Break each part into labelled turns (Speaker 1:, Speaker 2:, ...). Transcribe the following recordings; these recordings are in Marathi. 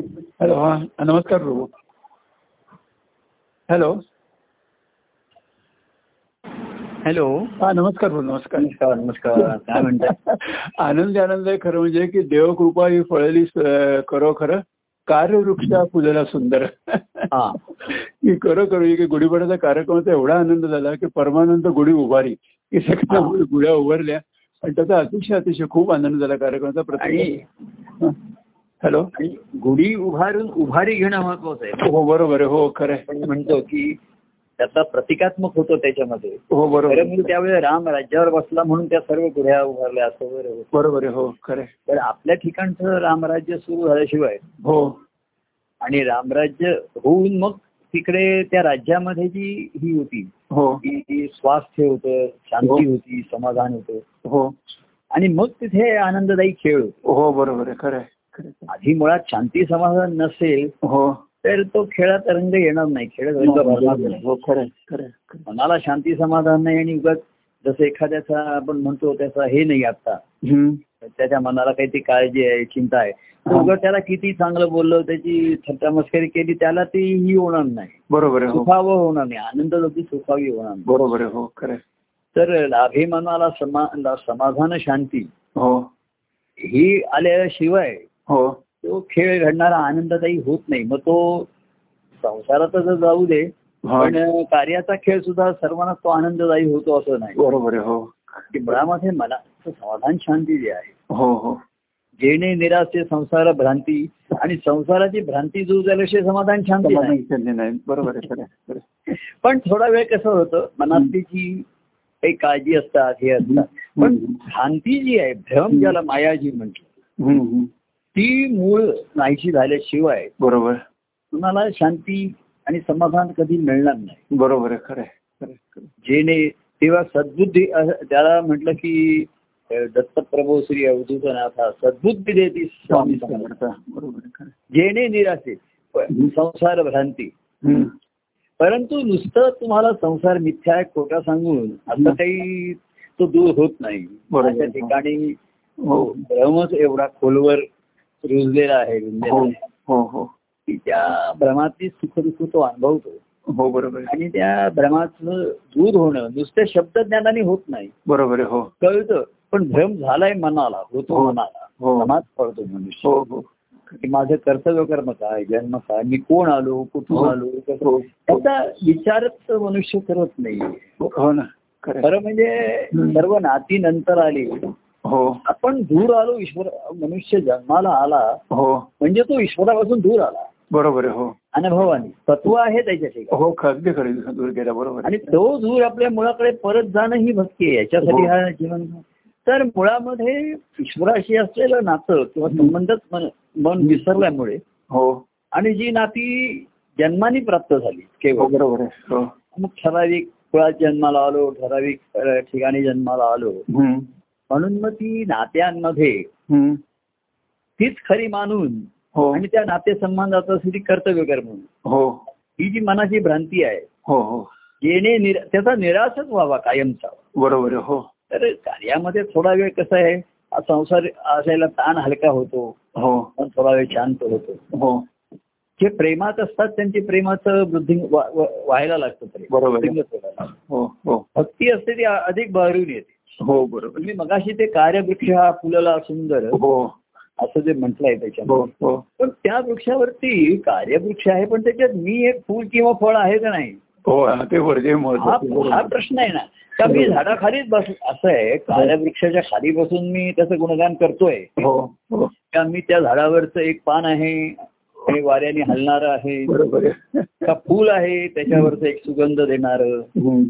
Speaker 1: हॅलो हां नमस्कार प्रभू हॅलो
Speaker 2: हॅलो
Speaker 1: हां नमस्कार प्रभू नमस्कार
Speaker 2: नमस्कार नमस्कार काय म्हणताय
Speaker 1: आनंद आनंद आहे खरं म्हणजे की देवकृपा ही फळली स- करो खरं कार्यवृक्षा फुलला सुंदर
Speaker 2: हा
Speaker 1: की खरं करू की गुढीपाड्याचा कार्यक्रमाचा एवढा आनंद झाला की परमानंद गुढी उभारी की सगळ्या
Speaker 2: हां.
Speaker 1: गुढ्या उभारल्या आणि त्याचा अतिशय अतिशय खूप आनंद झाला कार्यक्रमाचा
Speaker 2: आणि
Speaker 1: प्रत्येक हां. हॅलो
Speaker 2: आणि गुढी उभारून उभारी घेणं महत्वाचं आहे
Speaker 1: हो बरोबर आहे हो खरं आहे
Speaker 2: आपण म्हणतो की त्याचा प्रतिकात्मक होतो त्याच्यामध्ये
Speaker 1: हो बरोबर
Speaker 2: खरं
Speaker 1: आहे.
Speaker 2: म्हणजे त्यावेळी राम राज्यावर बसला म्हणून त्या सर्व गुढ्या उभारल्या असं वगैरे होतं.
Speaker 1: बरोबर आहे हो खरं आहे.
Speaker 2: तर आपल्या ठिकाणचं रामराज्य सुरू झाल्याशिवाय
Speaker 1: हो
Speaker 2: आणि रामराज्य होऊन मग तिकडे त्या राज्यामध्ये जी ही होती
Speaker 1: हो
Speaker 2: की की स्वास्थ्य होतं शांती होती समाधान होतं
Speaker 1: हो
Speaker 2: आणि मग तिथे आनंददायी खेळ होते
Speaker 1: हो बरोबर आहे खरं आहे खरं आहे.
Speaker 2: आधी मुळात शांती समाधान नसेल
Speaker 1: हो
Speaker 2: तर तो खेळात रंग येणार नाही खेळात रंग भरणार नाही
Speaker 1: हो खरं आहे, खरं आहे, खरं आहे.
Speaker 2: मनाला शांती समाधान नाही आणि उगाच जसं एखाद्याचा आपण म्हणतो त्याचा हे नाही आता
Speaker 1: हम्म.
Speaker 2: त्याच्या मनाला काही ती काळजी आहे चिंता आहे तर उगाच त्याला किती चांगलं बोललं त्याची थट्टा मस्करी केली त्याला ती ही होणार नाही
Speaker 1: बरोबर आहे हो
Speaker 2: सुखावं होणार नाही आनंद जगती सुखावी होणार नाही
Speaker 1: बरोबर आहे हो खरं आहे.
Speaker 2: तर लाभेमानाला समा ला- समाधान शांती
Speaker 1: हो
Speaker 2: ही आल्याशिवाय
Speaker 1: हो
Speaker 2: तो खेळ घडणारा आनंददायी होत नाही मग तो संसारात तर जाऊ दे
Speaker 1: हा.
Speaker 2: पण कार्याचा खेळ सुद्धा सर्वांना तो आनंददायी होतो असं नाही
Speaker 1: बरोबर आहे हो
Speaker 2: की मुळामध्ये मला समाधान शांती जे आहे
Speaker 1: हो हो
Speaker 2: जेणे निराशे संसार भ्रांती आणि संसाराची भ्रांती दूर झाल्याशिवाय समाधान शांती
Speaker 1: समाधान
Speaker 2: नाही
Speaker 1: शून्य नाही बरोबर आहे खरं आहे, खरं आहे.
Speaker 2: पण थोडा वेळ कसं होतं मनातली जी काही काळजी असतात हे असतात पण
Speaker 1: हम्म.
Speaker 2: भ्रांती जी आहे भ्रम
Speaker 1: हम्म.
Speaker 2: ज्याला माया जी म्हटली
Speaker 1: हम्म, हम्म.
Speaker 2: ती मूळ नाहीशी झाल्याशिवाय
Speaker 1: बरोबर
Speaker 2: तुम्हाला शांती आणि समाधान कधी मिळणार नाही
Speaker 1: बरोबर आहे खरं आहे, खरं आहे, खरं आहे.
Speaker 2: जेणे तेव्हा सद्बुद्धी अ, त्याला म्हटलं की अ, दत्तप्रभू श्री अवधूतनाथा सद्बुद्धी देती स्वामी
Speaker 1: स्वामी
Speaker 2: समर्थ
Speaker 1: समर्थ. बरोबर आहे खरं आहे.
Speaker 2: जेणे निराशे प-
Speaker 1: हं.
Speaker 2: संसार भ्रांती
Speaker 1: हम्म.
Speaker 2: परंतु नुसतं तुम्हाला संसार मिथ्या आहे, खोटा सांगून असं
Speaker 1: हं.
Speaker 2: काही तो दूर होत नाही
Speaker 1: बरोबर.
Speaker 2: अशा ठिकाणी
Speaker 1: हो
Speaker 2: भ्रमच एवढा खोलवर रुजलेला आहे रुजलेला
Speaker 1: हो
Speaker 2: आहे
Speaker 1: हो हो
Speaker 2: की त्या भ्रमातली सुखदुःख तो अनुभवतो
Speaker 1: हो बरोबर आहे
Speaker 2: आणि त्या भ्रमाचं दूर होणं नुसत्या शब्दज्ञानाने होत नाही
Speaker 1: बरोबर आहे हो
Speaker 2: कळतं पण भ्रम झालाय मनाला होतो
Speaker 1: हो.
Speaker 2: मनाला
Speaker 1: हो.
Speaker 2: मनात पडतो मनुष्य
Speaker 1: हो हो
Speaker 2: की माझं कर्तव्य कर्म काय जन्म काय मी कोण आलो
Speaker 1: हो.
Speaker 2: कुठून आलो कसं-
Speaker 1: हो.
Speaker 2: त्याचा विचारच मनुष्य करत नाही
Speaker 1: हो ना खरं आहे.
Speaker 2: खरं म्हणजे सर्व नाती नंतर आली
Speaker 1: हो
Speaker 2: आपण दूर आलो ईश्वर मनुष्य जन्माला आला
Speaker 1: हो
Speaker 2: म्हणजे तो ईश्वरापासून दूर आला
Speaker 1: बरोबर आहे हो
Speaker 2: अनुभवाने तत्व आहे त्याच्या ठिकाणी
Speaker 1: हो अगदी खरं दूर गेला बरोबर
Speaker 2: आणि
Speaker 1: आहे.
Speaker 2: तो दूर आपल्या मुळाकडे परत जाणं ही भक्ती आहे
Speaker 1: हो.
Speaker 2: याच्यासाठी हा जीवन तर मुळामध्ये ईश्वराशी असलेलं नातं किंवा संबंधच मन मन विसरल्यामुळे
Speaker 1: हो
Speaker 2: आणि जी नाती जन्माने प्राप्त झाली
Speaker 1: हो
Speaker 2: केवळ
Speaker 1: बरोबर आहे हो
Speaker 2: मग ठराविक कुळात जन्माला आलो ठराविक अ, ठिकाणी जन्माला आलो
Speaker 1: हम्म.
Speaker 2: म्हणून मग ती नात्यांमध्ये
Speaker 1: हम्म.
Speaker 2: तीच खरी मानून
Speaker 1: हो
Speaker 2: आणि त्या नातेसंबंधासाठी कर्तव्य कर म्हणून
Speaker 1: हो
Speaker 2: ही जी मनाची भ्रांती आहे
Speaker 1: हो हो
Speaker 2: जेणे निरा- त्याचा निराशच व्हावा कायमचा
Speaker 1: बरोबर आहे हो
Speaker 2: तर कार्यामध्ये थोडा वेळ कसं आहे हा संसार असायला ताण हलका होतो
Speaker 1: हो
Speaker 2: पण थोडा वेळ शांत होतो
Speaker 1: हो
Speaker 2: जे प्रेमात असतात त्यांची प्रेमाचं वृद्धी वा- वा- व्हायला लागतं प्रेम
Speaker 1: बरोबर आहे.
Speaker 2: वृद्धिंगत व्हायला लागतं.
Speaker 1: हो हो
Speaker 2: भक्ती असते ती अ- अधिक बहरून येते
Speaker 1: हो बरोबर
Speaker 2: तुम्ही मगाशी ते कार्यवृक्ष हा फुलला सुंदर
Speaker 1: हो
Speaker 2: असं जे म्हटलंय
Speaker 1: हो
Speaker 2: त्याच्यामध्ये
Speaker 1: हो
Speaker 2: पण त्या वृक्षावरती कार्यवृक्ष आहे पण त्याच्यात मी एक फूल किंवा फळ आहे का नाही
Speaker 1: हो हा, ते वरचे
Speaker 2: हा हा
Speaker 1: महत्व
Speaker 2: प्रश्न आहे ना का मी झाडाखालीच बस असं आहे कार्यवृक्षाच्या खाली बसून मी त्याचं गुणगान करतोय
Speaker 1: हो हो
Speaker 2: का मी त्या झाडावरचं एक पान आहे आणि वाऱ्याने हलणार आहे
Speaker 1: बरोबर आहे
Speaker 2: का फूल आहे त्याच्यावरचं एक सुगंध देणार
Speaker 1: हम्म.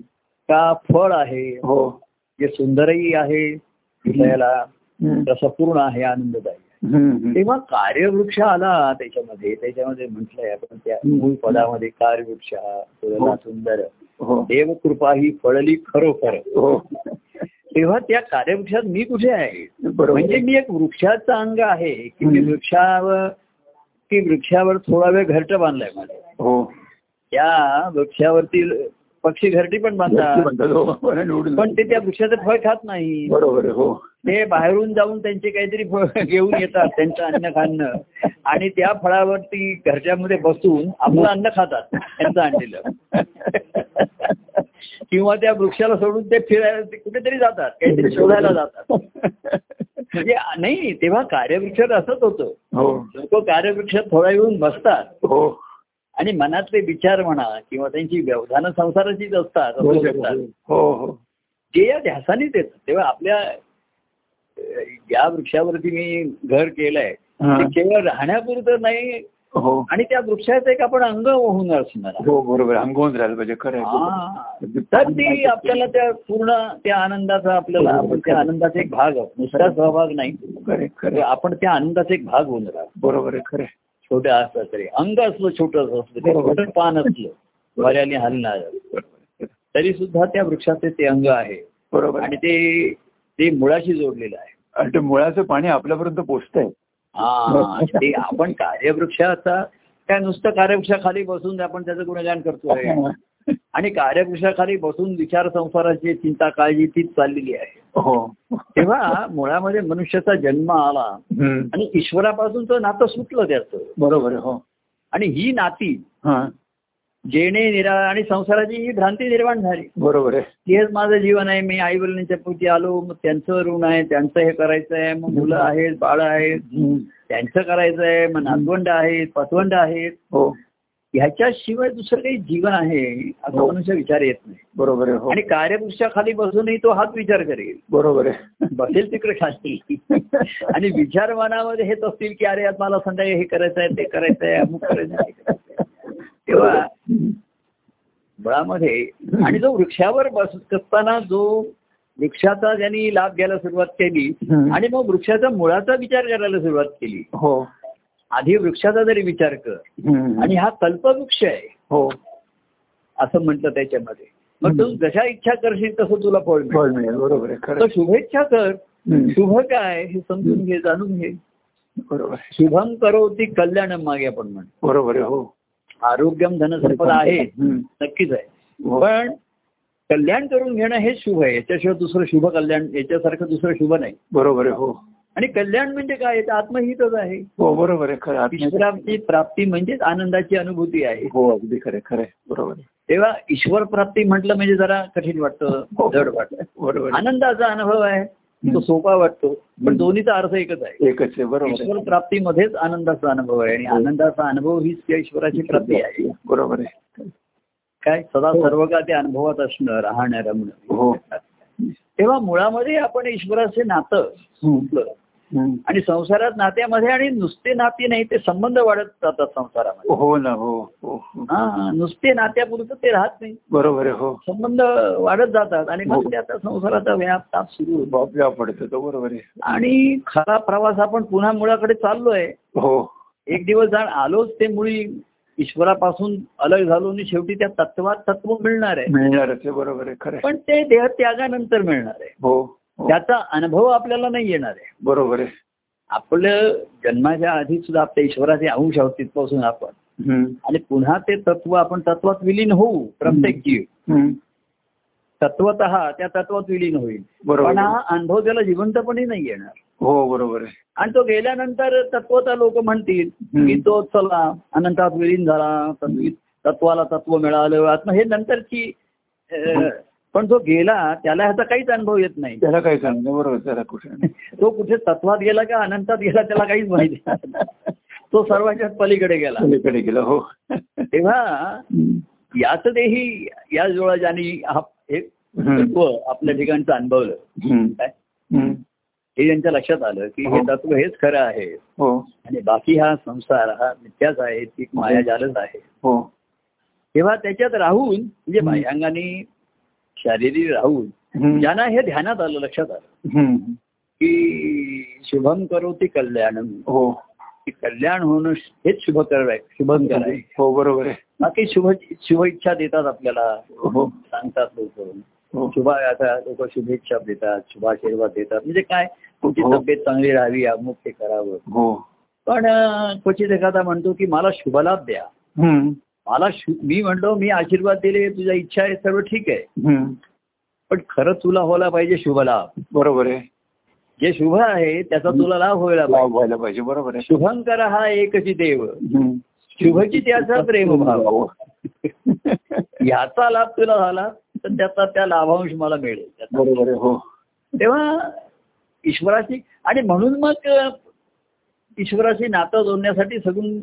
Speaker 2: का फळ आहे
Speaker 1: हो
Speaker 2: जे सुंदरही आहे हृदयाला
Speaker 1: हम्म.
Speaker 2: रसपूर्ण आहे आनंददायी आहे.
Speaker 1: हम्म.
Speaker 2: तेव्हा कार्यवृक्ष आला त्याच्यामध्ये त्याच्यामध्ये म्हटलंय आपण त्या मूळ पदामध्ये कार्यवृक्ष हा फुलला सुंदर
Speaker 1: हो
Speaker 2: देवकृपा ही फळली खरोखर
Speaker 1: हो
Speaker 2: तेव्हा त्या कार्यवृक्षात मी कुठे आहे
Speaker 1: बरोबर
Speaker 2: म्हणजे मी एक वृक्षाचा अंग आहे की मी वृक्षावर की वृक्षावर थोडा वेळ घरट बांधलाय मला
Speaker 1: हो
Speaker 2: त्या वृक्षावरती पक्षी घरटी पण बांधतात
Speaker 1: म्हणतात, हो. बरं, निवडून
Speaker 2: पण ते त्या वृक्षाचं फळ खात नाही
Speaker 1: बरोबर आहे हो
Speaker 2: ते बाहेरून जाऊन त्यांचे काहीतरी फळ घेऊन येतात त्यांचं अन्न खाणं आणि त्या फळावरती घरच्यामध्ये बसून आपलं अन्न खातात त्यांचं आणलेलं किंवा त्या वृक्षाला सोडून ते फिरायला ते कुठेतरी जातात काहीतरी शोधायला जातात म्हणजे नाही तेव्हा कार्यवृक्ष असंच होतं
Speaker 1: हो
Speaker 2: लोक कार्यवृक्षात थोडा येऊन बसतात
Speaker 1: हो
Speaker 2: आणि मनातले विचार म्हणा किंवा त्यांची व्यवधान संसाराचीच असतात असू शकतात
Speaker 1: हो हो
Speaker 2: जे या ध्यासानेच येतात तेव्हा आपल्या अ, ज्या वृक्षावरती मी घर केलंय
Speaker 1: हा.
Speaker 2: ते केवळ राहण्यापुरतं नाही
Speaker 1: हो
Speaker 2: आणि त्या वृक्षाचं एक आपण अंग होऊन असणार
Speaker 1: हो बरोबर अंगवून राहिलं पाहिजे खरं आहे.
Speaker 2: हा. तर ती आपल्याला त्या पूर्ण त्या आनंदाचा आपल्याला
Speaker 1: हो,
Speaker 2: आपण त्या आनंदाचा एक भाग आहोत नुसता सहभाग नाही
Speaker 1: खरं आहे, खरं
Speaker 2: तर
Speaker 1: आहे.
Speaker 2: आपण त्या आनंदाचा एक भाग होऊन राहतो
Speaker 1: बरोबर आहे खरं आहे.
Speaker 2: छोट्या असलं तरी अंग असलं छोटस असलं ते छोटं पान असलं वाऱ्याने हलणार
Speaker 1: बरोबर आहे.
Speaker 2: तरी सुद्धा त्या वृक्षाचे ते अंग आहे
Speaker 1: बरोबर आहे.
Speaker 2: आणि ते ते मुळाशी जोडलेलं आहे
Speaker 1: आणि ते मुळाचं पाणी आपल्यापर्यंत पोचतंय
Speaker 2: हा ते आपण कार्यवृक्षाचा काय नुसतं कार्यवृक्षाखाली बसून आपण त्याचं गुणगान करतोय आणि कार्यवृक्षाखाली बसून विचार संसाराची चिंता काळजी तीच चाललेली आहे
Speaker 1: हो
Speaker 2: तेव्हा मुळामध्ये मनुष्याचा जन्म आला
Speaker 1: हम्म.
Speaker 2: आणि ईश्वरापासूनचं नातं सुटलं त्याचं
Speaker 1: बरोबर आहे, हो
Speaker 2: आणि ही नाती
Speaker 1: हा
Speaker 2: जेणे निरा आणि संसाराची ही भ्रांती निर्माण झाली
Speaker 1: बरोबर आहे
Speaker 2: हेच माझं जीवन आहे मी आई वडिलांच्या पोटी आलो मग त्यांचं ऋण आहे त्यांचं हे करायचं आहे मग मुलं आहेत बाळ आहेत
Speaker 1: हम्म.
Speaker 2: त्यांचं करायचं आहे मग नातवंड आहेत पतवंड आहेत
Speaker 1: हो
Speaker 2: ह्याच्याशिवाय दुसरं काही जीवन आहे असं
Speaker 1: हो.
Speaker 2: मनुष्य विचार येत नाही
Speaker 1: बरोबर आहे हो
Speaker 2: आणि कार्यवृक्षाखाली बसूनही तो हाच विचार करेल
Speaker 1: बरोबर आहे
Speaker 2: बसेल तिकडे खाशील आणि विचार मनामध्ये हेच असतील की अरे आज मला संध्याकाळी हे करायचं आहे ते करायचं आहे अमुक करायचं आहे, ते करायचं आहे तेव्हा मुळामध्ये आणि जो वृक्षावर बसत असताना जो वृक्षाचा ज्यांनी लाभ घ्यायला सुरुवात केली
Speaker 1: हम्म.
Speaker 2: आणि मग वृक्षाचा मुळाचा विचार करायला सुरुवात केली
Speaker 1: हो
Speaker 2: आधी वृक्षाचा जरी विचार कर
Speaker 1: हम्म.
Speaker 2: आणि हा कल्पवृक्ष आहे
Speaker 1: हो
Speaker 2: असं म्हटलं त्याच्यामध्ये मग तू जशा इच्छा करशील तसं तुला फळ मिळेल
Speaker 1: फळ मिळेल बरोबर आहे खरं
Speaker 2: तर
Speaker 1: आहे.
Speaker 2: शुभेच्छा कर
Speaker 1: हम्म.
Speaker 2: शुभ काय हे समजून घे जाणून घे
Speaker 1: बरोबर आहे
Speaker 2: शुभम करो ती कल्याणम मागे आपण म्हणतो
Speaker 1: बरोबर आहे हो
Speaker 2: आरोग्यम धनसंपद आहे
Speaker 1: हम्म.
Speaker 2: नक्कीच आहे
Speaker 1: हो.
Speaker 2: पण कल्याण करून घेणं हे शुभ आहे याच्याशिवाय दुसरं शुभ कल्याण याच्यासारखं दुसरं शुभ नाही
Speaker 1: बरोबर आहे हो
Speaker 2: आणि कल्याण म्हणजे काय तर आत्महितच आहे
Speaker 1: हो बरोबर आहे खरं आहे. आत्मा-
Speaker 2: ईश्वराची प्राप्ती म्हणजेच आनंदाची अनुभूती आहे
Speaker 1: हो अगदी खरं आहे, खरं आहे. बरोबर आहे
Speaker 2: तेव्हा ईश्वर प्राप्ती म्हटलं म्हणजे जरा कठीण वाटतं
Speaker 1: हो.
Speaker 2: जड वाटतं
Speaker 1: बरोबर आहे.
Speaker 2: आनंदाचा अनुभव आहे तो सोपा वाटतो पण दोन्हीचा अर्थ एकच आहे
Speaker 1: एकच आहे बरोबर हो.
Speaker 2: ईश्वर
Speaker 1: आहे
Speaker 2: प्राप्तीमध्येच आनंदाचा अनुभव आहे आणि आनंदाचा अनुभव हीच त्या ईश्वराची प्राप्ती आहे
Speaker 1: बरोबर आहे
Speaker 2: काय सदा सर्व का ते अनुभवात असणं राहणं रमणं
Speaker 1: हो
Speaker 2: तेव्हा मुळामध्ये आपण ईश्वराचे नातं
Speaker 1: हम्म.
Speaker 2: म्हटलं.
Speaker 1: हम्म.
Speaker 2: आणि संसारात नात्यामध्ये आणि नुसते नाते नाही ते संबंध वाढत जातात संसारामध्ये
Speaker 1: हो ना हो हो हो.
Speaker 2: हा नुसते नात्यापुरतं ते राहत नाही
Speaker 1: बरोबर आहे हो
Speaker 2: संबंध वाढत जातात आणि
Speaker 1: हो.
Speaker 2: मग ते आता संसाराचा व्याप ताप सुरू होतो
Speaker 1: बापला पडतो तो बरोबर आहे
Speaker 2: आणि खरा प्रवास आपण पुन्हा मुळाकडे चाललोय
Speaker 1: हो
Speaker 2: एक दिवस जाण आलोच ते मुळी ईश्वरापासून अलग झालो आणि शेवटी त्या तत्वात तत्व मिळणार आहे
Speaker 1: मिळणारच आहे बरोबर आहे खरं आहे.
Speaker 2: पण ते देह त्यागानंतर मिळणार आहे
Speaker 1: हो हो.
Speaker 2: त्याचा अनुभव आपल्याला नाही येणार आहे
Speaker 1: बरोबर आहे
Speaker 2: आपलं जन्माच्या आधी सुद्धा आपल्या ईश्वराचे अंश आहोत तिथपासून आपण
Speaker 1: हम्म.
Speaker 2: आणि पुन्हा ते तत्व आपण तत्वात विलीन होऊ प्रत्येक जीव
Speaker 1: हम्म.
Speaker 2: तत्वत त्या तत्वात विलीन होईल
Speaker 1: बरोबर.
Speaker 2: पण हा अनुभव त्याला जिवंतपणे नाही येणार
Speaker 1: हो बरोबर आहे
Speaker 2: आणि तो गेल्यानंतर तत्वता लोक म्हणतील
Speaker 1: हम्म.
Speaker 2: की तो चला अनंतात विलीन झाला तत्वी- तत्वाला तत्व मिळालं आत्मा हे नंतरची अ, पण जो गेला त्याला ह्याचा काहीच अनुभव येत नाही
Speaker 1: त्याला काय सांगणं बरोबर त्याला कुठे
Speaker 2: तो कुठे तत्वात गेला का अनंतात गेला त्याला काहीच माहिती नाही. तो सर्वांच्याच पलीकडे गेला
Speaker 1: पलीकडे गेला हो
Speaker 2: तेव्हा
Speaker 1: हम्म.
Speaker 2: याच देही या जोळा ज्याने हा- हे तत्व आपल्या ठिकाणचं अनुभवलं
Speaker 1: हम्म.
Speaker 2: काय
Speaker 1: हम्म.
Speaker 2: हे त्यांच्या लक्षात आलं की हे
Speaker 1: हो.
Speaker 2: तत्व हेच खरं आहे
Speaker 1: हो
Speaker 2: आणि बाकी हा संसार हा मिथ्याच आहे ती माया जालच आहे
Speaker 1: हो
Speaker 2: तेव्हा त्याच्यात राहून म्हणजे
Speaker 1: हम्म.
Speaker 2: बाह्यांगाने शारीरिक राहून
Speaker 1: हम्म.
Speaker 2: ज्यांना हे ध्यानात आलं लक्षात आलं
Speaker 1: हम्म.
Speaker 2: की शुभम करो ते कल्याणम
Speaker 1: हो
Speaker 2: की कल्याण होणं हेच शुभकर आहे शुभंकर आहे
Speaker 1: हो बरोबर आहे
Speaker 2: बाकी शुभ शुभेच्छा देतात आपल्याला
Speaker 1: हो
Speaker 2: सांगतात लोक
Speaker 1: हो
Speaker 2: शुभा आता लोक शुभेच्छा देतात शुभाशीर्वाद देतात म्हणजे काय तुमची
Speaker 1: हो.
Speaker 2: तब्येत चांगली राहावी अमुक हे करावं
Speaker 1: हो
Speaker 2: पण अं, क्वचित एखादा म्हणतो की मला शुभलाभ द्या
Speaker 1: हम्म.
Speaker 2: मला शु- मी म्हणलो मी आशीर्वाद दिले तुझ्या इच्छा आहे सर्व ठीक आहे
Speaker 1: हम्म.
Speaker 2: पण खरं तुला होला पाहिजे शुभलाभ
Speaker 1: बरोबर आहे
Speaker 2: जे शुभ आहे त्याचा तुला लाभ व्हायला पाहिजे
Speaker 1: लाभ व्हायला पाहिजे बरोबर आहे
Speaker 2: शुभंकर हा एकची देव
Speaker 1: हम्म.
Speaker 2: शुभची त्याचा प्रेम भाव
Speaker 1: हो,
Speaker 2: ह्याचा लाभ तुला झाला तर त्याचा त्या लाभांश मला मिळेल त्याचा.
Speaker 1: बरोबर आहे हो
Speaker 2: तेव्हा ईश्वराशी आणि म्हणून मग अ, ईश्वराशी नातं जोडण्यासाठी सगून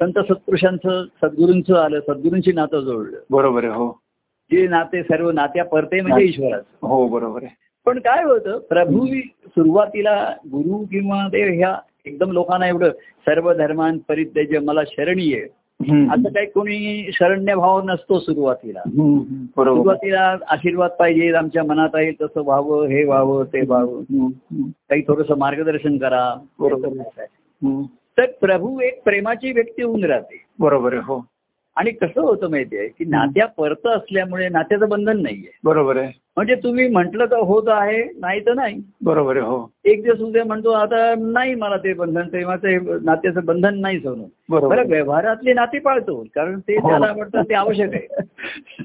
Speaker 2: संत सत्पुरुषांचं सद्गुरूंचं आलं सद्गुरूंशी नातं जोडलं
Speaker 1: बरोबर आहे हो
Speaker 2: जे नाते सर्व नात्या परते म्हणजे ईश्वराचं
Speaker 1: हो बरोबर आहे
Speaker 2: पण काय होतं प्रभू सुरुवातीला गुरु किंवा देव ह्या एकदम लोकांना एवढं सर्व धर्मान परित्यज मला शरणी आहे
Speaker 1: हम्म.
Speaker 2: असं काही कोणी शरण्य भाव नसतो सुरुवातीला
Speaker 1: हम्म. बरोबर
Speaker 2: सुरुवातीला आशीर्वाद पाहिजे आमच्या मनात येईल तसं व्हावं हे व्हावं ते व्हावं
Speaker 1: हम्म. हम्म.
Speaker 2: काही थोडस मार्गदर्शन करा
Speaker 1: बरोबर. हम्म.
Speaker 2: तर प्रभू एक प्रेमाची व्यक्ती होऊन राहते
Speaker 1: बरोबर आहे हो
Speaker 2: आणि कसं होतं माहितीये की नात्या परत असल्यामुळे नात्याचं बंधन नाहीये
Speaker 1: बरोबर आहे
Speaker 2: म्हणजे तुम्ही म्हटलं तर होत आहे नाही तर नाही
Speaker 1: बरोबर आहे हो
Speaker 2: एक दिवस उद्या म्हणतो आता नाही मला ते बंधन प्रेमाचं हे नात्याचं बंधन नाही सोनं
Speaker 1: बरोबर
Speaker 2: बरं
Speaker 1: आहे.
Speaker 2: व्यवहारातली नाती पाळतो कारण ते
Speaker 1: हो.
Speaker 2: त्याला आवडतात ते आवश्यक आहे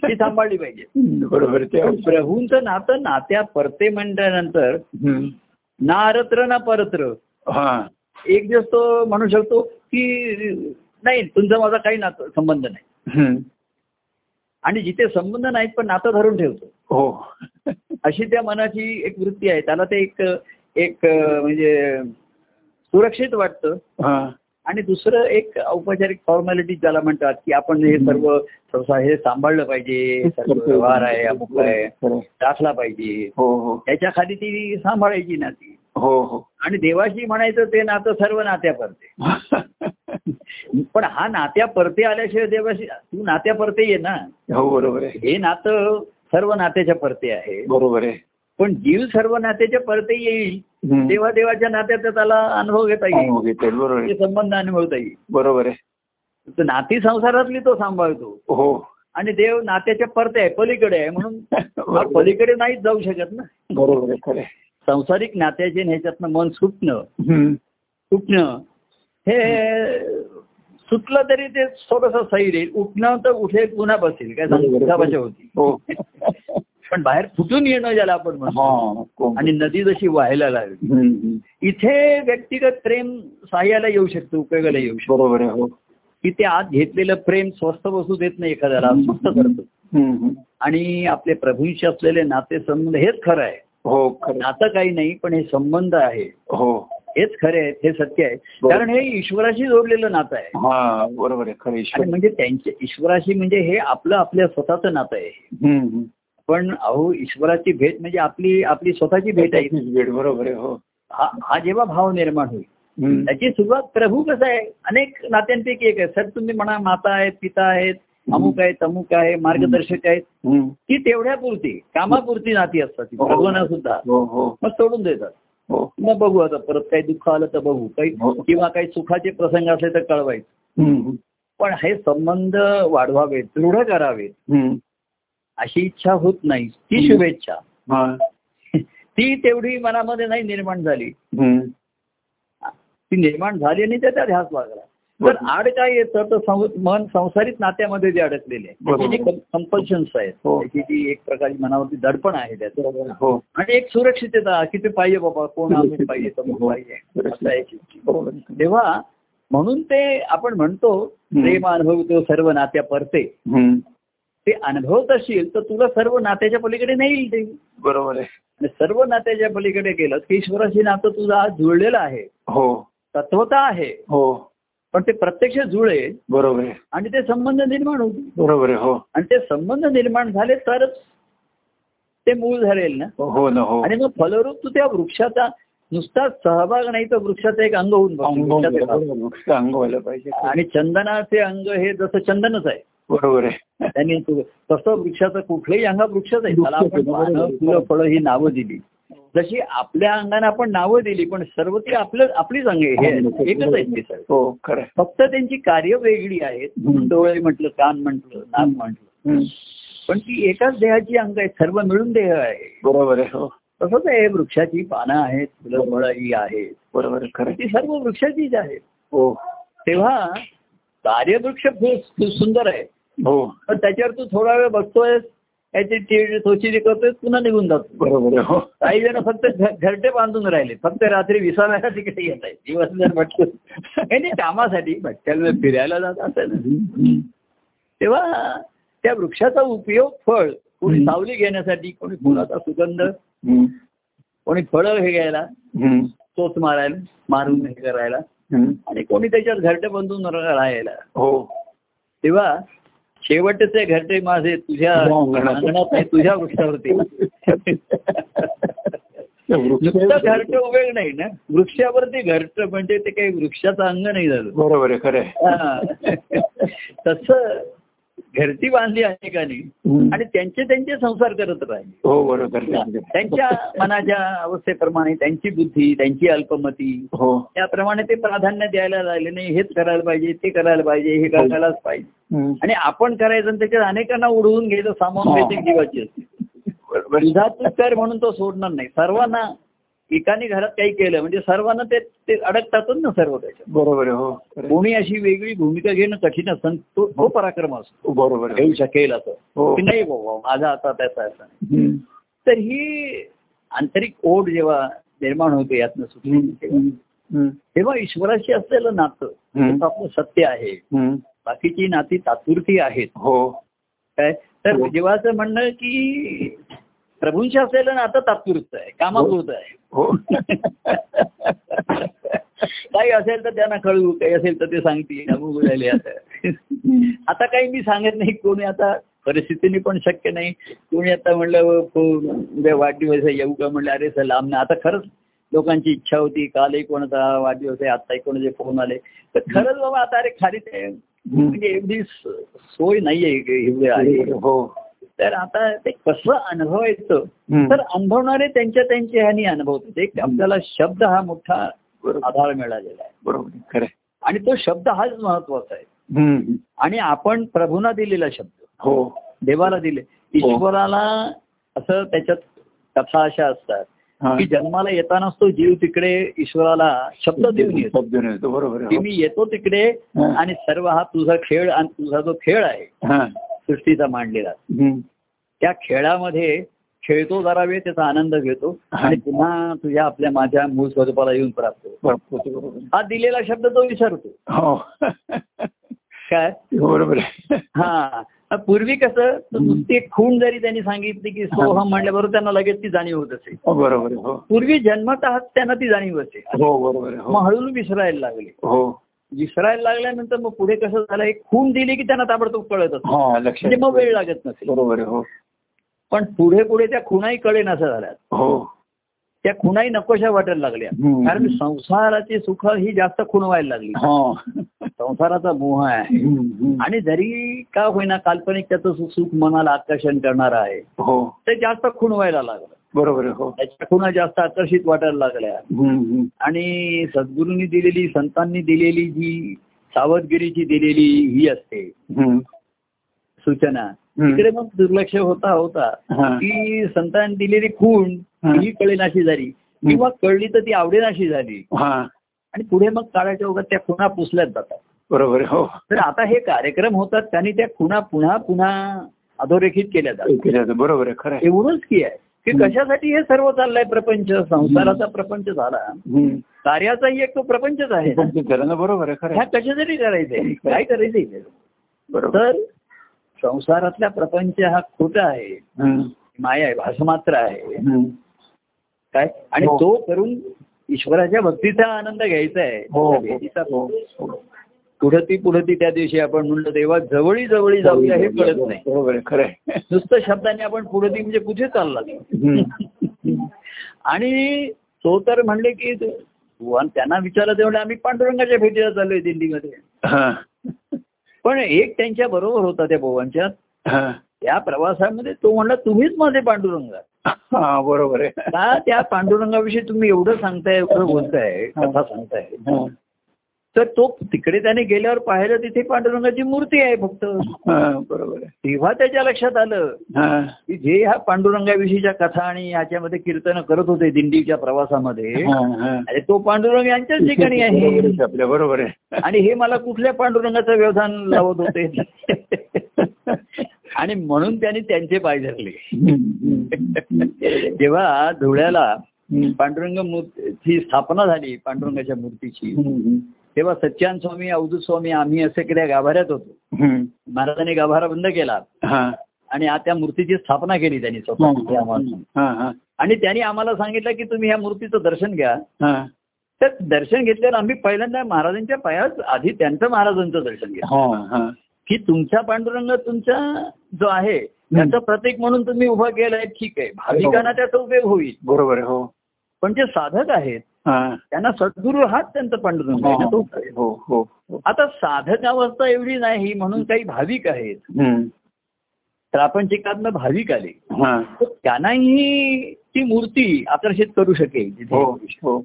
Speaker 2: ती सांभाळली पाहिजे
Speaker 1: हम्म. बरोबर आहे. ते
Speaker 2: पण
Speaker 1: आवश्यक.
Speaker 2: प्रभूंचं नातं नात्या परते म्हणल्यानंतर
Speaker 1: हम्म.
Speaker 2: ना अरत्र ना परत्र
Speaker 1: हा
Speaker 2: एक दिवस तो म्हणू शकतो की नाही तुमचा माझा काही नातं संबंध नाही
Speaker 1: हम्म.
Speaker 2: आणि जिथे संबंध नाहीत पण नातं धरून ठेवतो
Speaker 1: हो
Speaker 2: अशी त्या मनाची एक वृत्ती आहे त्याला ते एक एक म्हणजे सुरक्षित वाटतं
Speaker 1: हा
Speaker 2: आणि दुसरं एक औपचारिक फॉर्मॅलिटी ज्याला म्हणतात की आपण हे सर्व संसार हे सांभाळलं पाहिजे सर्व व्यवहार आहे अमुक आहे
Speaker 1: खरं आहे.
Speaker 2: राखला पाहिजे
Speaker 1: हो हो
Speaker 2: त्याच्या खाली ती सांभाळायची नाती
Speaker 1: हो हो
Speaker 2: आणि देवाशी म्हणायचं ते नातं सर्व नात्या परते पण हा नात्या परते आल्याशिवाय देवाशी तू नात्या परते ये ना
Speaker 1: हो बरोबर आहे
Speaker 2: हे नातं सर्व नात्याच्या परते आहे
Speaker 1: बरोबर आहे
Speaker 2: पण जीव सर्व नात्याच्या परते येईल
Speaker 1: हम्म.
Speaker 2: तेव्हा देवाच्या नात्याचा त्याला अनुभव घेता येईल
Speaker 1: अनुभव घेता येईल. बरोबर
Speaker 2: ते
Speaker 1: आहे
Speaker 2: संबंध अनुभवता येईल
Speaker 1: बरोबर आहे
Speaker 2: तर नाती संसारातली तो सांभाळतो
Speaker 1: हो
Speaker 2: आणि देव नात्याच्या परते आहे पलीकडे आहे म्हणून हा
Speaker 1: बरोबर आहे.
Speaker 2: पलीकडे नाहीच जाऊ शकत ना
Speaker 1: बरोबर आहे खरं आहे.
Speaker 2: संसारिक नात्याचे आणि ह्याच्यातनं मन सुटणं
Speaker 1: हम्म.
Speaker 2: उठणं हे सुटलं तरी ते थोडस सही राहील उठणं तर उठे पुन्हा बसेल काय सांगू,
Speaker 1: बरोबर.
Speaker 2: दुखापत होती
Speaker 1: हो
Speaker 2: पण बाहेर फुटून येणं ज्याला आपण
Speaker 1: हा
Speaker 2: म्हणतो
Speaker 1: कोण?
Speaker 2: आणि नदी जशी व्हायला लागली
Speaker 1: हम्म, हम्म.
Speaker 2: इथे व्यक्तिगत प्रेम सहाय्याला येऊ शकतो उपयोगाला येऊ शकतो
Speaker 1: बरोबर आहे हो
Speaker 2: की ते आत घेतलेलं प्रेम स्वस्त बसू देत नाही एखाद्याला स्वस्त करतो
Speaker 1: हम्म, हम्म.
Speaker 2: आणि आपले प्रभूंशी असलेले नाते संबंध हेच खरं आहे
Speaker 1: हो खरं आहे.
Speaker 2: नातं काही नाही पण हे संबंध आहे
Speaker 1: हो
Speaker 2: हेच खरे आहे हे सत्य आहे कारण हे ईश्वराशी जोडलेलं नातं आहे
Speaker 1: हा बरोबर आहे खरं ईश्वर
Speaker 2: आणि म्हणजे त्यांच्या ईश्वराशी म्हणजे हे आपलं आपल्या स्वतःचं नातं आहे
Speaker 1: हम्म, हम्म.
Speaker 2: पण अहो ईश्वराची भेट म्हणजे आपली आपली स्वतःची भेट आहे
Speaker 1: त्याचीच भेट बरोबर आहे हो
Speaker 2: हा हा जेव्हा भाव निर्माण होईल
Speaker 1: हम्म.
Speaker 2: त्याची सुरुवात प्रभू कसं आहे अनेक नात्यांपैकी एक आहे सर तुम्ही म्हणा माता आहेत पिता आहेत अमुक आहेत अमुक आहे मार्गदर्शक आहेत
Speaker 1: हम्म.
Speaker 2: ती तेवढ्यापुरती कामापुरती नाती असतात ती
Speaker 1: हो.
Speaker 2: भगवाना सुद्धा
Speaker 1: हो हो
Speaker 2: मग सोडून देतात
Speaker 1: हो
Speaker 2: मग बघू आता परत काही दुःख आलं तर बघू काही
Speaker 1: हो.
Speaker 2: किंवा काही सुखाचे प्रसंग असले तर कळवायचं
Speaker 1: हम्म,
Speaker 2: पण हे संबंध वाढवावेत दृढ करावेत
Speaker 1: हम्म.
Speaker 2: अशी इच्छा होत नाही ती
Speaker 1: हं.
Speaker 2: शुभेच्छा
Speaker 1: हा.
Speaker 2: ती तेवढी मनामध्ये नाही निर्माण झाली
Speaker 1: हम्म.
Speaker 2: ती निर्माण झाली आणि त्याचा ध्यास लागला तर आड काय येतं तर सं- मन संसारित नात्यामध्ये जे अडकलेले आहे त्याची जी कंपल्शन्स आहेत
Speaker 1: हो.
Speaker 2: त्याची जी एक प्रकारची मनावरती दडपण आहे त्याचं
Speaker 1: बरोबर आहे. हो
Speaker 2: आणि एक सुरक्षितता की ते पाहिजे बाबा कोण अमुक पाहिजे तमुक
Speaker 1: हो.
Speaker 2: पाहिजे असं आहे की.
Speaker 1: बरोबर आहे.
Speaker 2: तेव्हा म्हणून ते आपण म्हणतो प्रेम अनुभवतो सर्व नात्या परते
Speaker 1: हम्म.
Speaker 2: ते अनुभवत असेल तर तुला सर्व नात्याच्या पलीकडे नाही येईल ते
Speaker 1: बरोबर आहे
Speaker 2: आणि सर्व नात्याच्या पलीकडे गेलं की ईश्वराशी नातं तुझं आज जुळलेलं आहे
Speaker 1: हो
Speaker 2: तत्वता आहे
Speaker 1: हो
Speaker 2: पण ते प्रत्यक्ष जुळेल
Speaker 1: बरोबर आहे
Speaker 2: आणि ते संबंध निर्माण होतील
Speaker 1: बरोबर आहे हो
Speaker 2: आणि ते संबंध निर्माण झाले तरच ते मूळ झालेल ना
Speaker 1: हो ना हो
Speaker 2: आणि मग फलरूप तू त्या वृक्षाचा नुसताच सहभाग नाही तर वृक्षाचं एक अंग होऊन बसतो.
Speaker 1: अंग
Speaker 2: वृक्षाचं एक अंग.
Speaker 1: अंग व्हायला पाहिजे
Speaker 2: आणि चंदनाचे अंग हे जसं चंदनच आहे
Speaker 1: बरोबर आहे
Speaker 2: त्यांनी तू- तसं वृक्षाचं कुठलंही अंग वृक्षच आहे त्याला आपण
Speaker 1: वृक्षच आहे, बरोबर
Speaker 2: पानं
Speaker 1: आहे.
Speaker 2: फुलं फळं ही नावं दिली जशी आपल्या अंगाने आपण नावं दिली पण सर्व ती आपलं आपलीच अंग आहे हे एकच आहे ते सर्व
Speaker 1: हो खरं आहे.
Speaker 2: फक्त त्यांची कार्य वेगळी आहेत
Speaker 1: हम्म.
Speaker 2: डोळे म्हटलं कान म्हटलं नाक म्हटलं
Speaker 1: हम्म.
Speaker 2: पण ती एकाच देहाची अंग आहेत सर्व मिळून देह आहे
Speaker 1: बरोबर आहे हो
Speaker 2: तसंच आहे वृक्षाची पानं आहेत फुलं फळं ही आहेत
Speaker 1: बरोबर आहे खरं आहे.
Speaker 2: ती सर्व वृक्षाचीच आहेत
Speaker 1: हो
Speaker 2: तेव्हा कार्यवृक्ष खूप खूप सुंदर आहे
Speaker 1: हो
Speaker 2: पण त्याच्यावर तू थोडा वेळ बसतोय काहीतरी टीळ सोची करतोय पुन्हा निघून जातो
Speaker 1: बरोबर आहे, हो
Speaker 2: काही जण फक्त झ- झरटे बांधून राहिले फक्त रात्री विसाव्याला तिकडे येत आहेत दिवसभर भटकून काही नाही कामासाठी भटक्याला फिरायला जात असेल
Speaker 1: हम्म.
Speaker 2: तेव्हा त्या वृक्षाचा उपयोग फळ कोणी
Speaker 1: हं.
Speaker 2: सावली घेण्यासाठी कोणी फुलाचा सुगंध
Speaker 1: हम्म.
Speaker 2: कोणी फळं हे घ्यायला
Speaker 1: हम्म.
Speaker 2: चोच मारायला मारून हे करायला
Speaker 1: हम्म.
Speaker 2: आणि कोणी त्याच्यात घरटे बांधून राहायला
Speaker 1: हो
Speaker 2: तेव्हा शेवटचे घरटे माझे तुझ्या
Speaker 1: तुझ्या अंगणात.
Speaker 2: अंगणात आहे, तुझ्या वृक्षावरती
Speaker 1: त्या वृक्ष-
Speaker 2: नुसतं घरटे उभे नाही ना वृक्षावरती घरट म्हणजे ते काही वृक्षाचं अंग नाही झालं
Speaker 1: बरोबर आहे खरं आहे
Speaker 2: हा. तसं घरटी बांधली अनेकांनी
Speaker 1: हम्म.
Speaker 2: आणि त्यांचे त्यांचे संसार करत राहिले
Speaker 1: हो बरोबर आहे.
Speaker 2: त्यांच्या मनाच्या अवस्थेप्रमाणे त्यांची बुद्धी त्यांची अल्पमती
Speaker 1: हो
Speaker 2: त्याप्रमाणे ते प्राधान्य द्यायला लागले नाही हेच करायला पाहिजे ते करायला पाहिजे हे करायलाच पाहिजे
Speaker 1: हम्म.
Speaker 2: आणि आपण करायचं आणि त्याच्यात अनेकांना उडवून घ्यायचं सामावून
Speaker 1: हा.
Speaker 2: घ्यायची एक जीवाची असते
Speaker 1: बरोबर आहे.
Speaker 2: दुधात तू कर म्हणून तो सोडणार नाही सर्वांना एकाने घरात काही केलं म्हणजे सर्वांना ते ते अडकतातच ना सर्व त्याच्यात
Speaker 1: बरोबर आहे, हो खरं आहे.
Speaker 2: कोणी अशी वेगळी भूमिका घेणं कठीण असतं तो तो पराक्रम असतो
Speaker 1: हो, बरोबर आहे.
Speaker 2: घेऊ शकेल असं
Speaker 1: हो.
Speaker 2: की नाही बाबा माझा आता त्याचा असा
Speaker 1: हम्म.
Speaker 2: तर ही आंतरिक ओढ जेव्हा निर्माण होते यातनं सुटली तेव्हा-
Speaker 1: हम्म. हम्म.
Speaker 2: तेव्हा ईश्वराशी असलेलं नातं
Speaker 1: हम्म.
Speaker 2: जसं आपलं सत्य आहे
Speaker 1: हम्म.
Speaker 2: बाकीची नाती तात्पुरती आहेत
Speaker 1: हो
Speaker 2: काय तर
Speaker 1: हो.
Speaker 2: देवाचं म्हणणं की प्रभूंशी असलेलं नातं तात्पुरतं आहे कामापुरतं आहे
Speaker 1: हो
Speaker 2: काही असेल तर त्यांना कळू काही असेल तर ते सांगतील अमुक झाले आता आता काही मी सांगत नाही कोणी आता परिस्थितीने पण शक्य नाही कोणी आता म्हणलं "अ, हो, उद्या वाढदिवस आहे येऊ का म्हणलं अरे सर लांब नाही आता खरंच लोकांची इच्छा होती कालही कोणाचा वाढदिवस आहे आत्ताही कोणाचे फोन आले तर खरंच बाबा आता अरे खाली ते म्हणजे एवढी स- सोय नाहीये एवढी आहे
Speaker 1: हो
Speaker 2: तर आता ते कसं अनुभवायचं
Speaker 1: हम्म.
Speaker 2: तर अनुभवणारे त्यांच्या त्यांच्या ह्यानी अनुभवतात एक आपल्याला शब्द हा मोठा
Speaker 1: बरोबर
Speaker 2: आधार मिळालेला आहे
Speaker 1: बरोबर आहे, खरं आहे.
Speaker 2: आणि तो शब्द हाच महत्वाचा आहे
Speaker 1: हम्म.
Speaker 2: आणि आपण प्रभूंना दिलेला शब्द
Speaker 1: हो
Speaker 2: देवाला दिले ईश्वराला असं त्याच्यात कथा अशा असतात
Speaker 1: हा.
Speaker 2: की जन्माला येतानाच तो जीव तिकडे ईश्वराला शब्द देऊन येतो
Speaker 1: शब्द देऊन येतो, बरोबर
Speaker 2: की
Speaker 1: आहे, हो.
Speaker 2: मी येतो तिकडे
Speaker 1: हा.
Speaker 2: आणि सर्व हा तुझा खेळ आणि तुझा जो खेळ आहे
Speaker 1: हा.
Speaker 2: सृष्टीचा मांडलेला
Speaker 1: हम्म.
Speaker 2: त्या खेळामध्ये खेळतो जरा वेळ त्याचा आनंद घेतो
Speaker 1: हा.
Speaker 2: आणि पुन्हा तुझ्या आपल्या माझ्या मूळ स्वरूपाला येऊन प्राप्त होतो
Speaker 1: बरोबर आहे, बरोबर आहे.
Speaker 2: हा दिलेला शब्द तो विसरतो
Speaker 1: हो
Speaker 2: काय
Speaker 1: बरोबर आहे हो,
Speaker 2: हा हा, पूर्वी कसं तर
Speaker 1: हम्म.
Speaker 2: नुसती एक खूण जरी त्यांनी सांगितली की सोहम म्हणल्याबरोबर त्यांना लगेच ती जाणीव होत असे
Speaker 1: हो, बरोबर आहे, हो
Speaker 2: पूर्वी जन्मत त्यांना ती जाणीव असे
Speaker 1: हो बरोबर आहे,
Speaker 2: मग
Speaker 1: हो
Speaker 2: हळूहळू विसरायला लागले
Speaker 1: हो
Speaker 2: विसरायला लागल्यानंतर मग पुढे कसं झालं एक खूण दिली की त्यांना ताबडतोब कळत असत
Speaker 1: हा
Speaker 2: म्हणजे
Speaker 1: लक्षात
Speaker 2: मग वेळ लागत नसेल
Speaker 1: बरोबर आहे, हो
Speaker 2: पण पुढे पुढे त्या खुणाही कळेन असं झाल्या
Speaker 1: हो
Speaker 2: त्या खुणाही नकोशा वाटायला लागल्या
Speaker 1: हम्म.
Speaker 2: कारण संसाराची सुख ही जास्त खुणवायला लागली
Speaker 1: हा
Speaker 2: संसाराचा मोह आहे
Speaker 1: हम्म, हम्म.
Speaker 2: आणि जरी का होईना काल्पनिक त्याचं सु- सुख मनाला आकर्षण करणार आहे
Speaker 1: हो
Speaker 2: ते जास्त खुणवायला लागलं
Speaker 1: बरोबर आहे, हो
Speaker 2: त्याच्या खुणा जास्त आकर्षित वाटायला लागल्या
Speaker 1: हम्म, हम्म.
Speaker 2: आणि सद्गुरूंनी दिलेली संतांनी दिलेली जी सावधगिरीची दिलेली ही असते
Speaker 1: हम्म.
Speaker 2: सूचना
Speaker 1: हम्म.
Speaker 2: तिकडे मग दुर्लक्ष होता होता
Speaker 1: हा.
Speaker 2: की संतांनी दिलेली खूण
Speaker 1: हा.
Speaker 2: ही कळेनाशी झाली किंवा कळली तर ती आवडेनाशी झाली
Speaker 1: हा
Speaker 2: आणि पुढे मग काळाच्या ओघात त्या खुणा पुसल्याच जातात
Speaker 1: बरोबर आहे, हो
Speaker 2: तर आता हे कार्यक्रम होतात त्यांनी त्या खुणा पुन्हा पुन्हा अधोरेखित केल्या जातात
Speaker 1: केलं जातं, बरोबर आहे खरं आहे.
Speaker 2: एवढंच की आहे की कशासाठी हे सर्व चाललंय प्रपंच संसाराचा प्रपंच झाला
Speaker 1: हम्म.
Speaker 2: कार्याचाही एक तो प्रपंचच आहे
Speaker 1: पण ते केलं ना बरोबर आहे खरं
Speaker 2: ह्या
Speaker 1: आहे.
Speaker 2: कशासाठी करायचंय काय करायचंय ते?
Speaker 1: बरोबर
Speaker 2: तर संसारातला प्रपंच हा खोटा आहे
Speaker 1: हम्म.
Speaker 2: माया आहे भासमात्र आहे
Speaker 1: हम्म.
Speaker 2: काय आणि
Speaker 1: हो.
Speaker 2: तो करून ईश्वराच्या भक्तीचा आनंद घ्यायचा
Speaker 1: हो हो,
Speaker 2: आहे
Speaker 1: हो हो.
Speaker 2: पुढे ती पुढे ती त्या दिवशी आपण म्हणलं देवा जवळी जवळी जाऊया हे कळत नाही
Speaker 1: बरोबर आहे खरं आहे.
Speaker 2: नुसतं शब्दाने आपण पुढे ती म्हणजे कुठे चालला
Speaker 1: हम्म.
Speaker 2: आणि तो तर म्हणले की तू आणि त्यांना विचारलं तेवढे आम्ही पांडुरंगाच्या भेटीला चाललोय दिल्लीमध्ये
Speaker 1: हा.
Speaker 2: पण एक त्यांच्या बरोबर होता त्या बोवांच्या
Speaker 1: हा.
Speaker 2: त्या प्रवासामध्ये तो म्हणला तुम्हीच माझे पांडुरंग आहात.
Speaker 1: हा, बरोबर आहे
Speaker 2: का त्या पांडुरंगाविषयी तुम्ही एवढं सांगताय एवढं बोलताय कथा सांगताय
Speaker 1: हा.
Speaker 2: तर तो तिकडे त्याने गेल्यावर पाहिलं तिथे पांडुरंगाची मूर्ती आहे फक्त
Speaker 1: हा, बरोबर आहे
Speaker 2: तेव्हा त्याच्या लक्षात आलं
Speaker 1: हा.
Speaker 2: की जे ह्या पांडुरंगाविषयीच्या कथा आणि ह्याच्यामध्ये कीर्तन करत होते दिंडीच्या प्रवासामध्ये
Speaker 1: हा, हा.
Speaker 2: अरे तो पांडुरंग यांच्याच ठिकाणी
Speaker 1: बरोबर
Speaker 2: आहे
Speaker 1: आहे आपल्या बरोबर आहे
Speaker 2: आणि हे मला कुठल्या पांडुरंगाचं व्यवधान लावत होते आणि म्हणून त्यांनी त्यांचे पाय धरले
Speaker 1: हम्म.
Speaker 2: तेव्हा धुळ्याला
Speaker 1: हम्म.
Speaker 2: पांडुरंग मूर्तीची स्थापना झाली पांडुरंगाच्या मूर्तीची
Speaker 1: हम्म.
Speaker 2: तेव्हा सच्चान स्वामी अवधूत स्वामी आम्ही असे इकडे गाभाऱ्यात होतो
Speaker 1: हम्म.
Speaker 2: महाराजांनी गाभारा बंद केला
Speaker 1: हा.
Speaker 2: आणि आ- त्या मूर्तीची स्थापना केली त्यांनी स्वतः आम्हाला.
Speaker 1: हा, हा,
Speaker 2: आणि त्यांनी आम्हाला सांगितलं की तुम्ही ह्या मूर्तीचं दर्शन घ्या
Speaker 1: हा.
Speaker 2: तर दर्शन घेतल्यावर आम्ही पहिल्यांदा महाराजांच्या पायाच आधी त्यांचं महाराजांचं दर्शन घेतलं
Speaker 1: हा, हा.
Speaker 2: की तुमचा पांडुरंग तुमचा जो आहे त्याचं प्रतीक म्हणून तुम्ही उभा केलाय ठीक आहे भाविकांना त्याचा उपयोग होईल
Speaker 1: बरोबर आहे, हो
Speaker 2: पण जे साधक आहेत
Speaker 1: हा.
Speaker 2: त्यांना सद्गुरू हाच त्यांचा पांडुरंग आहे ना तो उपयोग आहे.
Speaker 1: हो हो हो.
Speaker 2: आता साधक अवस्था एवढी नाही म्हणून काही भाविक आहेत
Speaker 1: हम्म.
Speaker 2: प्रापंचिकातनं भाविक आले
Speaker 1: हा.
Speaker 2: तर त्यांनाही ती मूर्ती आकर्षित करू शकेल तिथे.
Speaker 1: हो हो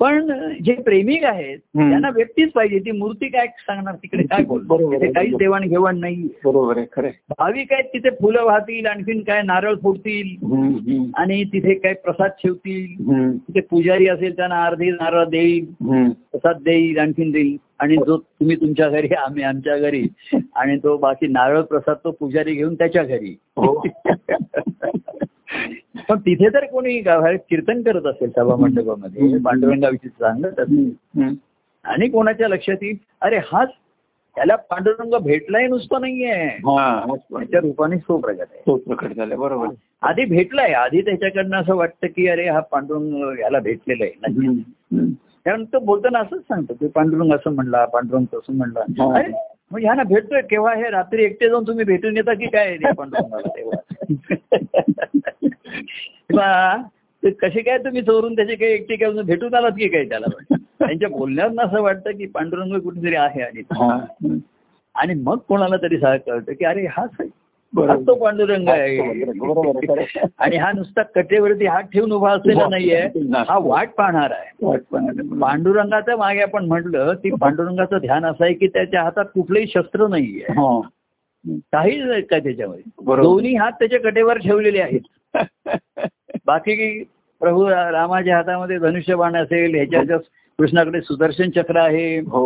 Speaker 2: पण जे प्रेमिक आहेत
Speaker 1: हम्म.
Speaker 2: त्यांना व्यक्तीच पाहिजे ती मूर्ती काय सांगणार तिकडे काय बोलणार
Speaker 1: बरोबर.
Speaker 2: तिथे काहीच देवाणघेवाण नाही
Speaker 1: बरोबर आहे खरे
Speaker 2: भाविक आहेत तिथे फुलं वाहतील आणखीन काय नारळ फोडतील आणि तिथे काय प्रसाद ठेवतील तिथे पुजारी असेल त्यांना अर्धी नारळ देईल प्रसाद देईल आणखीन देईल आणि जो तुम्ही तुमच्या घरी आम्ही आमच्या घरी आणि तो बाकी नारळ प्रसाद तो पुजारी घेऊन त्याच्या घरी
Speaker 1: हो
Speaker 2: पण तिथे जर कोणी गाभाऱ्यात कीर्तन करत असेल सभा मंडपामध्ये
Speaker 1: हम्म.
Speaker 2: पांडुरंगाविषयी सांगत असेल
Speaker 1: हम्म.
Speaker 2: आणि कोणाच्या लक्षात येईल अरे हाच त्याला पांडुरंग भेटलाय नुसतं नाहीये
Speaker 1: हा हाच पण.
Speaker 2: त्याच्या रूपाने तो प्रगत आहे
Speaker 1: तो प्रकट झाला बरोबर आहे.
Speaker 2: आधी भेटलाय आधी त्याच्याकडनं असं वाटतं की अरे हा पांडुरंग याला भेटलेला आहे
Speaker 1: हम्म. हम्म.
Speaker 2: कारण तो बोलताना असंच सांगतो की पांडुरंग असं म्हणला पांडुरंग तसं म्हणला
Speaker 1: हो.
Speaker 2: अरे मग ह्याना भेटतोय केव्हा हे रात्री एकटे जाऊन तुम्ही भेटून येता की काय रे पांडुरंगाला तेव्हा किंवा ते कसे काय तुम्ही चोरून त्याचे काही एकटे काय भेटून आलात की काय त्याला त्यांच्या बोलण्यावर असं वाटतं की पांडुरंग कुठेतरी आहे आणि
Speaker 1: हा. हम्म.
Speaker 2: आणि मग कोणाला तरी सहा कळतं की अरे हाच आहे. हाच तो
Speaker 1: बरोबर
Speaker 2: पांडुरंग
Speaker 1: बरोबर आहे,
Speaker 2: आहे
Speaker 1: खरं.
Speaker 2: आणि हा नुसता कटेवरती हात ठेवून उभा असलेला नाहीये हा वाट पाहणार आहे
Speaker 1: वाटपण
Speaker 2: पांडुरंगाच्या मागे आपण म्हटलं की पांडुरंगाचं ध्यान असं आहे की त्याच्या हातात कुठलंही शस्त्र नाहीये
Speaker 1: हा
Speaker 2: काहीच नाही का त्याच्यामध्ये
Speaker 1: बरोबर.
Speaker 2: दोन्ही हात त्याच्या कटेवर ठेवलेले आहेत बाकी की प्रभू रा- रामाच्या हातामध्ये धनुष्यबाण असेल ह्याच्या कृष्णाकडे सुदर्शन चक्र आहे
Speaker 1: हो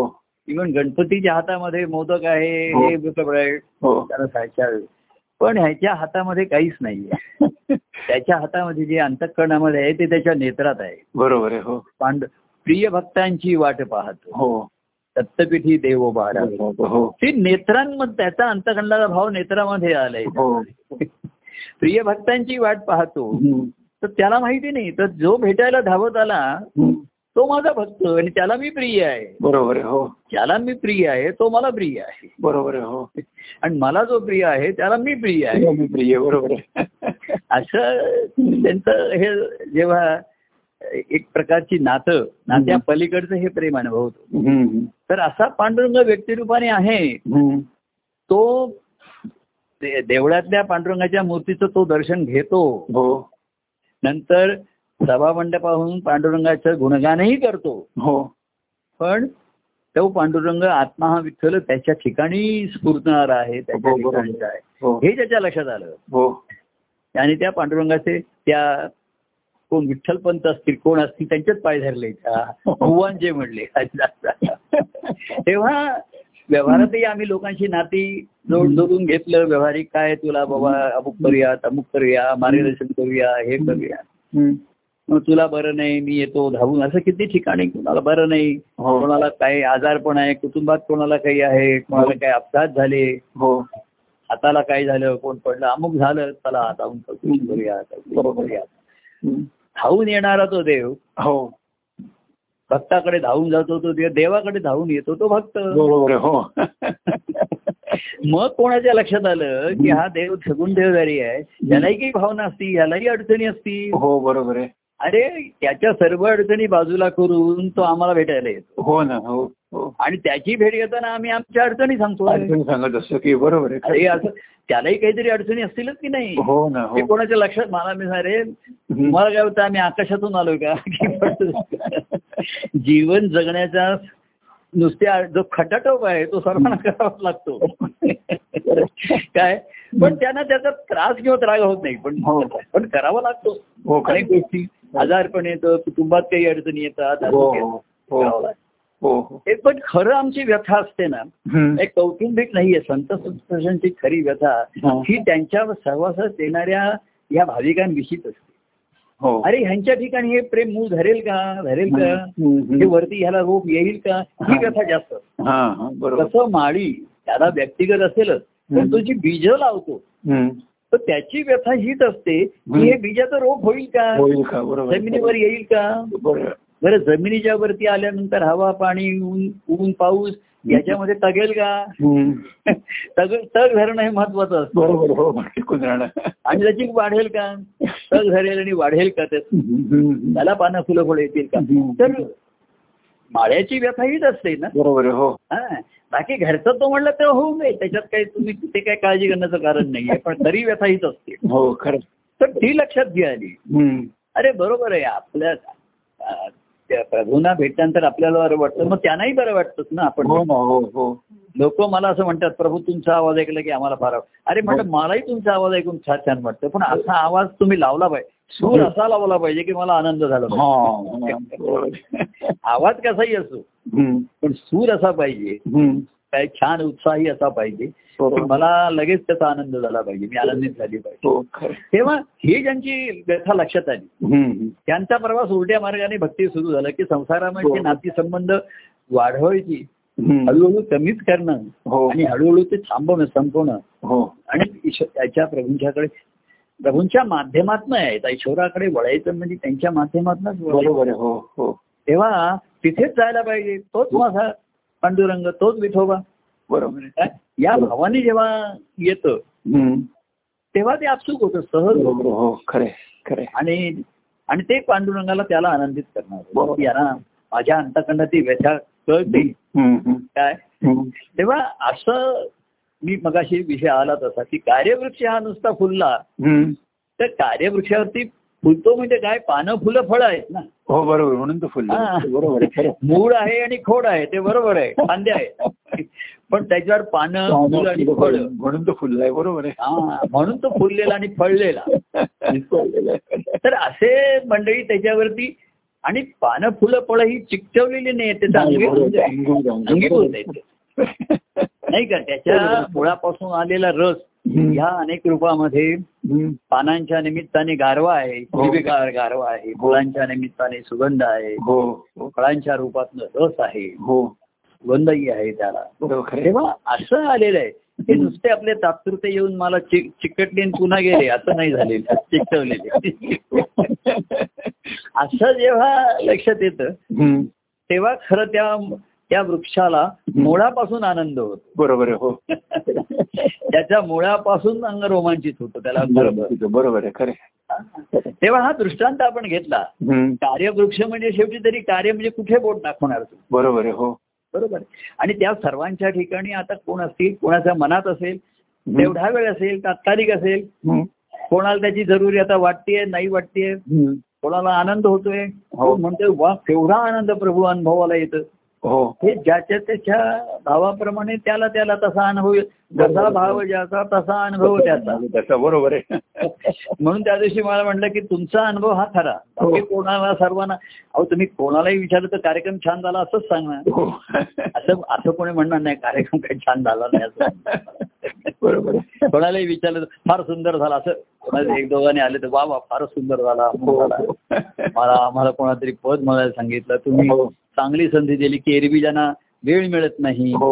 Speaker 2: इव्हन गणपतीच्या हातामध्ये मोदक आहे
Speaker 1: हो.
Speaker 2: हे सगळं आहे.
Speaker 1: हो
Speaker 2: त्याला सायच्या- पण ह्याच्या हातामध्ये काहीच नाहीये त्याच्या हातामध्ये जे अंतःकरणामध्ये आहे ते त्याच्या नेत्रात आहे
Speaker 1: बरोबर आहे हो
Speaker 2: पांड प्रिय भक्तांची वाट पाहतो
Speaker 1: हो
Speaker 2: सप्तपीठी देव बारा
Speaker 1: हो
Speaker 2: ते नेत्रांमध्ये त्याचा अंतखंडाचा भाव नेत्रामध्ये आलाय
Speaker 1: हो
Speaker 2: प्रिय भक्तांची वाट पाहतो
Speaker 1: हम्म.
Speaker 2: तर त्याला माहिती नाही तर जो भेटायला धावत आला
Speaker 1: हम्म.
Speaker 2: तो माझा भक्त आणि त्याला मी प्रिय आहे
Speaker 1: बरोबर आहे हो
Speaker 2: ज्याला मी प्रिय आहे तो मला प्रिय आहे
Speaker 1: बरोबर आहे हो
Speaker 2: आणि मला जो प्रिय आहे त्याला मी प्रिय आहे
Speaker 1: मी प्रिय बरोबर आहे
Speaker 2: असं त्यांचं हे जेव्हा एक प्रकारची नातं नात्या पलीकडचं हे प्रेम अनुभवतो
Speaker 1: हम्म.
Speaker 2: तर असा पांडुरंग व्यक्तिरूपाने आहे
Speaker 1: हम्म.
Speaker 2: तो दे- देवळातल्या पांडुरंगाच्या मूर्तीचं तो दर्शन घेतो
Speaker 1: हो
Speaker 2: नंतर सभामंडपाहून पांडुरंगाचं गुणगानही करतो
Speaker 1: हो
Speaker 2: पण तो पांडुरंग आत्मा हा विठ्ठल त्याच्या ठिकाणी स्फुरणार आहे त्याच्या
Speaker 1: हो, बरोबर.
Speaker 2: ठिकाणीच आहे
Speaker 1: हो
Speaker 2: हे त्याच्या लक्षात आलं
Speaker 1: हो
Speaker 2: आणि त्या पांडुरंगाचे त्या कोण विठ्ठलपंत असतील कोण असतील त्यांच्याच पाय धरले भगवान जे म्हणले तेव्हा व्यवहारातही आम्ही लोकांशी नाती जोड जोडून घेतलं व्यवहारिक काय तुला बाबा अमुक करूया अमुक करूया मार्गदर्शन करूया हे करूया
Speaker 1: हम्म.
Speaker 2: मग तुला बरं नाही मी येतो धावून असं किती ठिकाणी कुणाला बरं नाही
Speaker 1: हो.
Speaker 2: कोणाला काही आजारपण आहे कुटुंबात कोणाला काही आहे कोणाला काही अपघात झाले
Speaker 1: हो
Speaker 2: हाताला काय झालं कोण पडलं अमुक झालं चला आता चौकशी करूया चौकशी
Speaker 1: बरोबर.
Speaker 2: करूया
Speaker 1: हम्म.
Speaker 2: धावून येणारा तो देव
Speaker 1: हो
Speaker 2: भक्ताकडे धावून जातो तो देव देवाकडे धावून येतो तो भक्त
Speaker 1: बरोबर आहे हो
Speaker 2: मग कोणाच्या लक्षात आलं की हा देव सगुण देवदारी आहे त्यालाही काही भावना असती यालाही अडचणी असती
Speaker 1: हो बरोबर आहे
Speaker 2: अरे त्याच्या सर्व अडचणी बाजूला करून तो आम्हाला भेटायला येतो
Speaker 1: हो ना हो हो
Speaker 2: आणि त्याची भेट घेताना आम्ही आमच्या अडचणी सांगतो
Speaker 1: अडचण सांगत असतो की बरोबर आहे
Speaker 2: अरे असं त्यालाही काहीतरी अडचणी असतीलच की नाही
Speaker 1: हो ना
Speaker 2: हे
Speaker 1: हो
Speaker 2: कोणाच्या लक्षात मला मी अरे मला काय होतं आम्ही आकाशातून आलोय का जीवन जगण्याचा नुसत्या जो खटाटोप आहे तो सर्वांना करावा लागतो काय पण त्यांना त्याचा त्रास किंवा त्राग होत नाही पण
Speaker 1: हो.
Speaker 2: पण करावा लागतो
Speaker 1: हो
Speaker 2: अनेक
Speaker 1: खरं.
Speaker 2: गोष्टी आजारपण येतं कुटुंबात काही अडचणी येतात
Speaker 1: हो
Speaker 2: आरोग्य
Speaker 1: हो हो
Speaker 2: करावं लागतं.
Speaker 1: हो हो
Speaker 2: एक पण खरं आमची व्यथा असते ना
Speaker 1: हम्म.
Speaker 2: एक कौटुंबिक नाहीये संत संस्थांची खरी व्यथा
Speaker 1: हा.
Speaker 2: ही त्यांच्या सहवासात येणाऱ्या या भाविकांविषयीच असते
Speaker 1: हो
Speaker 2: अरे ह्यांच्या ठिकाणी हे प्रेम मूळ धरेल का धरेल का
Speaker 1: हम्म, हम्म.
Speaker 2: हे वरती ह्याला रोप येईल का ही
Speaker 1: हा.
Speaker 2: व्यथा जास्त असते.
Speaker 1: हा हा बरोबर
Speaker 2: तसं माळी त्याला व्यक्तिगत असेलच पण
Speaker 1: हम्म.
Speaker 2: तो जी बीज लावतो
Speaker 1: हम्म.
Speaker 2: तर त्याची व्यथा हीच असते
Speaker 1: हम्म.
Speaker 2: की हे बीजाचं रोप होईल का
Speaker 1: होईल का बरोबर
Speaker 2: जमिनीवर येईल का
Speaker 1: बरोबर
Speaker 2: बरं जमिनीच्या वरती आल्यानंतर हवा पाणी ऊन ऊन पाऊस याच्यामध्ये तगेल का
Speaker 1: हम्म.
Speaker 2: तग तग धरणं हे महत्वाचं असतं
Speaker 1: बरोबर हो टिकून राहणार
Speaker 2: आणि त्याची वाढेल का तग धरेल आणि वाढेल का त्याचं
Speaker 1: हम्म.
Speaker 2: त्याला पानं फुलं फळ येतील का
Speaker 1: हम्म.
Speaker 2: तर माळ्याची व्यथा हीच असते ना
Speaker 1: बरोबर आहे, हो
Speaker 2: हा. बाकी घरचं तो म्हणलं तर होऊ नये त्याच्यात काही तुम्ही ते काही काळजी करण्याचं कारण नाहीये पण तरी व्यथा हीच असते
Speaker 1: हो खरं
Speaker 2: तर ती लक्षात घ्या आली
Speaker 1: हम्म.
Speaker 2: अरे बरोबर आहे आपल्या अं, त्या प्रभूंना भेटल्यानंतर आपल्याला बरं वाटतं मग त्यांनाही बरं वाटतंच ना
Speaker 1: हो
Speaker 2: आपण
Speaker 1: ना हो हो
Speaker 2: लोक मला असं म्हणतात प्रभू तुमचा आवाज ऐकला की आम्हाला फार आव- अरे
Speaker 1: हो.
Speaker 2: म्हटलं मलाही तुमचा आवाज ऐकून छान छान वाटतं पण असा आवाज तुम्ही लावला पाहिजे
Speaker 1: हो.
Speaker 2: सूर असा लावला पाहिजे की मला आनंद झाला
Speaker 1: हा
Speaker 2: पाहिजे.
Speaker 1: हा, बरोबर आहे.
Speaker 2: आवाज कसाही असो
Speaker 1: हम्म.
Speaker 2: पण सूर असा पाहिजे
Speaker 1: हम्म.
Speaker 2: काय छान उत्साही असा पाहिजे की
Speaker 1: बरोबर
Speaker 2: मला लगेच त्याचा आनंद झाला पाहिजे मी आनंदित झाली पाहिजे
Speaker 1: हो खरं
Speaker 2: तेव्हा ही ज्यांची व्यथा लक्षात आली
Speaker 1: हम्म.
Speaker 2: त्यांचा प्रवास उलट्या मार्गाने भक्ती सुरू झाला की संसारामध्ये
Speaker 1: हो.
Speaker 2: नाती संबंध वाढवायची
Speaker 1: हम्म.
Speaker 2: हळूहळू कमीच करणं
Speaker 1: हो
Speaker 2: आणि हळूहळू ते थांबवणं संपवणं
Speaker 1: हो
Speaker 2: आणि ईश- त्याच्या प्रभूंच्याकडे प्रभूंच्या माध्यमातनं आहे त्या ईश्वराकडे वळायचं म्हणजे त्यांच्या माध्यमातनच वळायचं
Speaker 1: बरोबर आहे, हो हो
Speaker 2: तेव्हा तिथेच जायला पाहिजे तोच माझा पांडुरंग तोच विठोबा
Speaker 1: बरोबर आहे.
Speaker 2: काय? या भावाने जेव्हा येतं
Speaker 1: हम्म.
Speaker 2: तेव्हा ते आपसूक होतं सहज होतं.
Speaker 1: बरोबर आहे, हो खरे खरे
Speaker 2: आणि आणि ते पांडुरंगाला त्याला आनंदित करणार
Speaker 1: बरोबर.
Speaker 2: यांना माझ्या अंतखंडात ती व्यथा कळते काय तेव्हा असं मी मगाशी विषय आला तसा की कार्यवृक्ष हा नुसता फुलला तर कार्यवृक्षावरती फुलतो म्हणजे काय पानं फुलं फळं आहेत ना
Speaker 1: हो बरोबर म्हणून तो फुल
Speaker 2: हा.
Speaker 1: बरोबर आहे, खरं
Speaker 2: मूळ आहे आणि खोड आहे ते बरोबर आहे फांदे आहे पण त्याच्यावर पानं फुलं आणि फळं
Speaker 1: म्हणून तो फुलला आहे बरोबर आहे
Speaker 2: हा म्हणून तो फुललेला आणि फळलेला तर असे मंडळी त्याच्यावरती आणि पानं फुलं फळं ही चिकटवलेली नाही आहेत, त्याचा अंगी- अंगीभूत आहेत म्हणजे ते. नाही का त्याच्या मुळापासून आलेला रस
Speaker 1: हम्म.
Speaker 2: ह्या अनेक रूपामध्ये
Speaker 1: हम्म.
Speaker 2: पानांच्या निमित्ताने गारवा आहे
Speaker 1: हो.
Speaker 2: हिरवीगार गारवा आहे फुलांच्या निमित्ताने सुगंध आहे
Speaker 1: हो हो
Speaker 2: फळांच्या रूपातनं रस आहे
Speaker 1: हो
Speaker 2: सुगंधही आहे त्याला
Speaker 1: बरोबर खरे
Speaker 2: तेव्हा असं आलेलं आहे हे नुसते आपले तात्पुरते येऊन मला चिक चिकटले आणि पुन्हा गेले असं नाही झालेलं चिकटवलेले असं जेव्हा लक्षात येतं
Speaker 1: हम्म.
Speaker 2: तेव्हा खरं त्या त्या वृक्षाला मुळापासून आनंद होतो
Speaker 1: बरोबर आहे हो
Speaker 2: त्याच्या मुळापासून अंग रोमांचित होतो त्याला बरोबर
Speaker 1: बरोबर आहे खरे
Speaker 2: तेव्हा हा दृष्टांत आपण घेतला
Speaker 1: हम्म.
Speaker 2: कार्यवृक्ष म्हणजे शेवटी तरी कार्य म्हणजे कुठे बोट दाखवणार तू
Speaker 1: बरोबर आहे हो
Speaker 2: बरोबर आणि त्या सर्वांच्या ठिकाणी आता कोण असतील कोणाच्या मनात असेल
Speaker 1: हम्म.
Speaker 2: तेवढा वेळ असेल तात्कालिक असेल
Speaker 1: हम्म.
Speaker 2: कोणाला त्याची जरुरी आता वाटतेय नाही वाटतेय
Speaker 1: हम्म.
Speaker 2: कोणाला आनंद होतोय कोण म्हणतोय वा केवढा आनंद प्रभू अनुभवाला येतो
Speaker 1: हो
Speaker 2: हे ज्याच्या त्याच्या भावाप्रमाणे त्याला त्याला तसा अनुभव येतो. जसा भाव ज्याचा तसा अनुभव त्याचा
Speaker 1: त्याचा बरोबर आहे
Speaker 2: म्हणून त्या दिवशी मला म्हटलं की तुमचा अनुभव हा खरा
Speaker 1: हो.
Speaker 2: बाकी कोणाला सर्वांना अहो तुम्ही कोणालाही विचारलं तर कार्यक्रम छान झाला असंच सांगणार
Speaker 1: हो
Speaker 2: असं असं कोणी म्हणणार नाही कार्यक्रम काही छान झाला नाही असं म्हणणार.
Speaker 1: बरोबर आहे
Speaker 2: कोणालाही विचारलं तर फार सुंदर झाला असं कोणाला एक दोघांनी आले तर वा वा फारच सुंदर झाला अमुक झाला.
Speaker 1: हो.
Speaker 2: मला आम्हाला कोणातरी पद म्हणायला सांगितलं तुम्ही
Speaker 1: हो.
Speaker 2: चांगली संधी दिली की एरवी ज्यांना वेळ मिळत नाही
Speaker 1: हो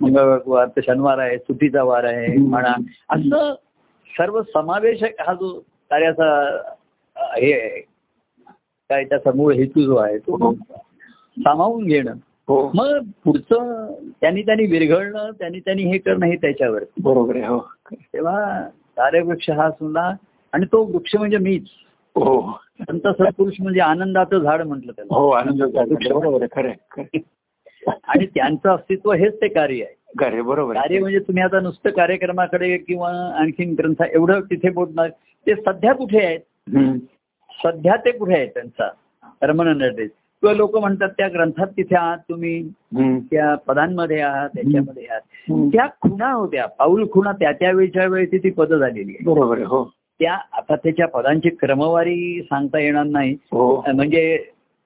Speaker 2: मंगळवार तर शनिवार आहे सुट्टीचा वार आहे
Speaker 1: हम्म.
Speaker 2: म्हणा असं सर्व समावेशक हा जो कार्याचा अं, हे आहे काय त्याचा मूळ हेतू जो आहे तो
Speaker 1: हो.
Speaker 2: सामावून घेणं
Speaker 1: हो
Speaker 2: मग पुढचं त्यांनी त्यांनी विरघळणं त्यांनी त्यांनी हे करणं हे त्याच्यावर
Speaker 1: बरोबर आहे हो
Speaker 2: तेव्हा कार्यवृक्ष हा सुद्धा आणि तो वृक्ष म्हणजे मीच
Speaker 1: हो
Speaker 2: संत सत्पुरुष म्हणजे आनंदाचं झाड म्हटलं त्याला
Speaker 1: हो आनंद बरोबर आहे खरे खरे
Speaker 2: आणि त्यांचं अस्तित्व हेच ते कार्य आहे
Speaker 1: खरे बरोबर आहे
Speaker 2: कार्य म्हणजे तुम्ही आता नुसतं कार्यक्रमाकडे किंवा आणखीन ग्रंथा एवढं तिथे बोलणार ते सध्या कुठे आहेत
Speaker 1: हम्म.
Speaker 2: सध्या ते कुठे आहेत त्यांचा परमनंट ऍड्रेस किंवा लोक म्हणतात त्या ग्रंथात तिथे आहात तुम्ही
Speaker 1: हम्म.
Speaker 2: त्या पदांमध्ये आहात त्याच्यामध्ये आहात
Speaker 1: हम्म.
Speaker 2: त्या खुणा होत्या पाऊल खुणा त्या त्या वेळच्या वेळी ती पदं झालेली आहे
Speaker 1: बरोबर आहे हो
Speaker 2: त्या आता त्याच्या पदांची क्रमवारी सांगता येणार नाही
Speaker 1: हो
Speaker 2: म्हणजे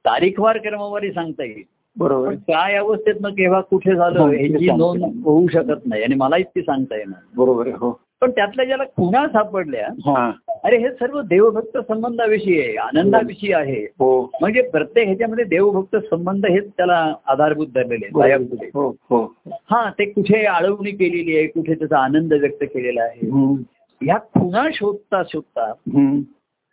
Speaker 2: तारीखवार क्रमवारी सांगता येईल
Speaker 1: बरोबर
Speaker 2: पण
Speaker 1: आहे.
Speaker 2: काय अवस्थेत मग केव्हा कुठे
Speaker 1: हो,
Speaker 2: झालं
Speaker 1: ते
Speaker 2: ह्याची
Speaker 1: सांगता
Speaker 2: नोंद
Speaker 1: येईल.
Speaker 2: होऊ शकत नाही आणि मलाहीच ती सांगता येणार
Speaker 1: बरोबर आहे हो
Speaker 2: पण त्यातल्या ज्याला खुणा सापडल्या
Speaker 1: हा
Speaker 2: अरे हे सर्व देवभक्त संबंधाविषयी आहे आनंदाविषयी आहे
Speaker 1: हो
Speaker 2: म्हणजे प्रत्येक ह्याच्यामध्ये देवभक्त संबंध हेच त्याला आधारभूत धरलेले आहे पायाभूत आहे.
Speaker 1: हो हो
Speaker 2: हा ते कुठे आळवणी केलेली आहे कुठे त्याचा आनंद व्यक्त केलेला आहे
Speaker 1: हम्म,
Speaker 2: ह्या खुणा शोधता शोधता
Speaker 1: हम्म.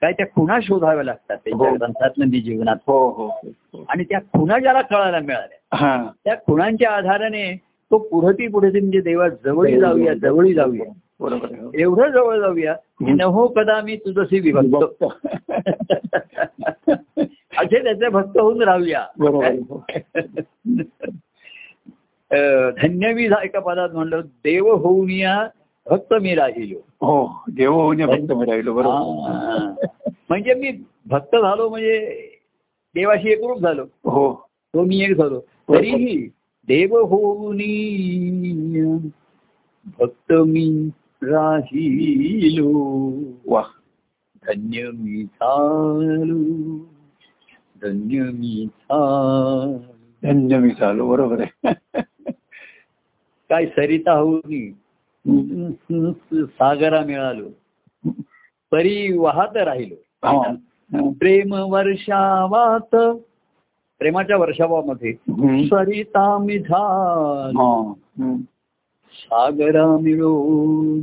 Speaker 2: काय त्या खुणा शोधाव्या लागतात त्यांच्या
Speaker 1: हो.
Speaker 2: ग्रंथातनंदी जीवनात
Speaker 1: हो हो हो.
Speaker 2: आणि त्या खुणा ज्याला कळायला मिळाल्या
Speaker 1: हा
Speaker 2: त्या खुणांच्या आधाराने तो पुढती पुढती म्हणजे देवा जवळी जाऊया जवळी जाऊया
Speaker 1: बरोबर आहे, हो.
Speaker 2: एवढं जवळ जाऊया की
Speaker 1: हम्म. हो.
Speaker 2: नहो कदा मी तुझशी विभक्त असे त्याचे भक्त होऊन राहूया
Speaker 1: बरोबर आहे, हो.
Speaker 2: अं, धन्यवी झा- एका पदात म्हणलं देव होऊन या भक्त मी राहिलो
Speaker 1: हो देव होऊन भक्त मी राहिलो बरोबर
Speaker 2: हा. म्हणजे मी भक्त झालो म्हणजे देवाशी एकरूप झालो
Speaker 1: हो
Speaker 2: तो मी एक झालो तरीही देव होऊनी भक्त मी राहिलो
Speaker 1: वा
Speaker 2: धन्य मी झालो धन्य मी झालो
Speaker 1: धन्य मी झालो बरोबर आहे
Speaker 2: काय सरिता होऊनी सागरा मिळालो तरी वाहत
Speaker 1: हा,
Speaker 2: राहिलो
Speaker 1: हा.
Speaker 2: प्रेम वर्षावात प्रेमाच्या वर्षावामध्ये
Speaker 1: हम्म.
Speaker 2: सरिता मी झालो
Speaker 1: हा, हम्म.
Speaker 2: सागरा मिळून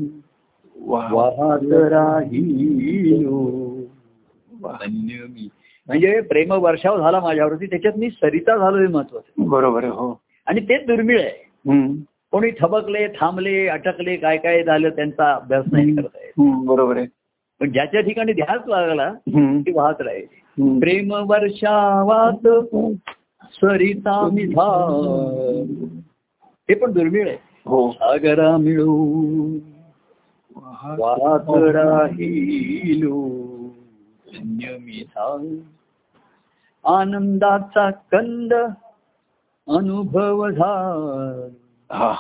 Speaker 1: वा
Speaker 2: वाहत राहिलो
Speaker 1: वा.
Speaker 2: धन्य मी म्हणजे प्रेम वर्षाव झाला माझ्यावरती त्याच्यात मी सरिता झालो हे महत्वाचं
Speaker 1: बरोबर आहे हो
Speaker 2: आणि ते दुर्मिळ आहे
Speaker 1: हम्म.
Speaker 2: कोणी थबकले थांबले अटकले काय काय झालं त्यांचा अभ्यास नाही करता येत
Speaker 1: हम्म, बरोबर आहे
Speaker 2: पण ज्याच्या ठिकाणी ध्यास लागला
Speaker 1: हम्म,
Speaker 2: ते वाहत राहील
Speaker 1: हम्म.
Speaker 2: प्रेम वर्षावात सरिता मिधा हे पण दुर्मिळ आहे
Speaker 1: हो
Speaker 2: सागरा मिळून वाहत राहिलो धन्य मी झालो. आनंदाचा कंद अनुभव झाला
Speaker 1: हा.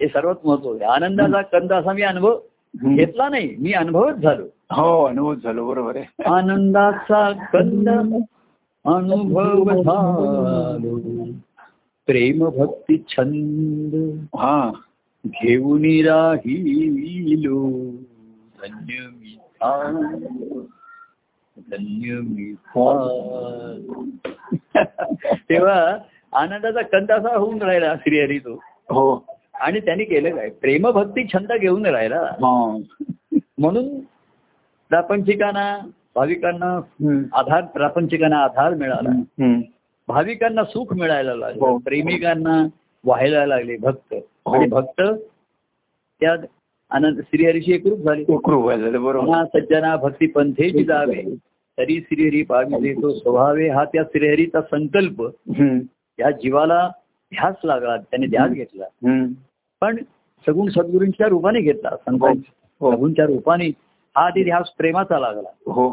Speaker 2: हे सर्वात महत्वाचं आहे आनंदाचा कंद असा मी अनुभव
Speaker 1: हम्म.
Speaker 2: घेतला नाही मी अनुभवच झालो
Speaker 1: हो अनुभव झालो बरोबर आहे
Speaker 2: आनंदाचा कंद अनुभव झालो प्रेम भक्ती छंद
Speaker 1: हा
Speaker 2: घेऊन राहिलो धन्य मी झालो. धन्य मी झालो. तेव्हा आनंदाचा कंद असा होऊन राहिला श्रीहरी तो
Speaker 1: हो
Speaker 2: आणि त्यांनी केलं काय प्रेमभक्ती छंद घेऊन राहिला
Speaker 1: हा.
Speaker 2: म्हणून प्रापंचिकांना भाविकांना
Speaker 1: हम्म.
Speaker 2: आधार प्रापंचिकांना आधार मिळाला
Speaker 1: हम्म.
Speaker 2: भाविकांना सुख मिळायला
Speaker 1: हो.
Speaker 2: लागलं प्रेमिकांना व्हायला लागले भक्त आणि भक्त त्या आनंद श्रीहरीशी एकरूप झाले
Speaker 1: एकरूप व्हायला लागलं, बरोबर
Speaker 2: मना सज्जना भक्ती पंथेची जावे तरी श्रीहरी पावी तो स्वभावे हा त्या श्रीहरीचा संकल्प
Speaker 1: हम्म.
Speaker 2: या जीवाला ध्यास लागला त्याने ध्यास घेतला
Speaker 1: हम्म.
Speaker 2: पण सगुण सद्गुरूंच्या रूपाने घेतला संतांच्या
Speaker 1: हो.
Speaker 2: प्रभूंच्या रूपाने हा आधी ध्यास प्रेमाचा लागला
Speaker 1: हो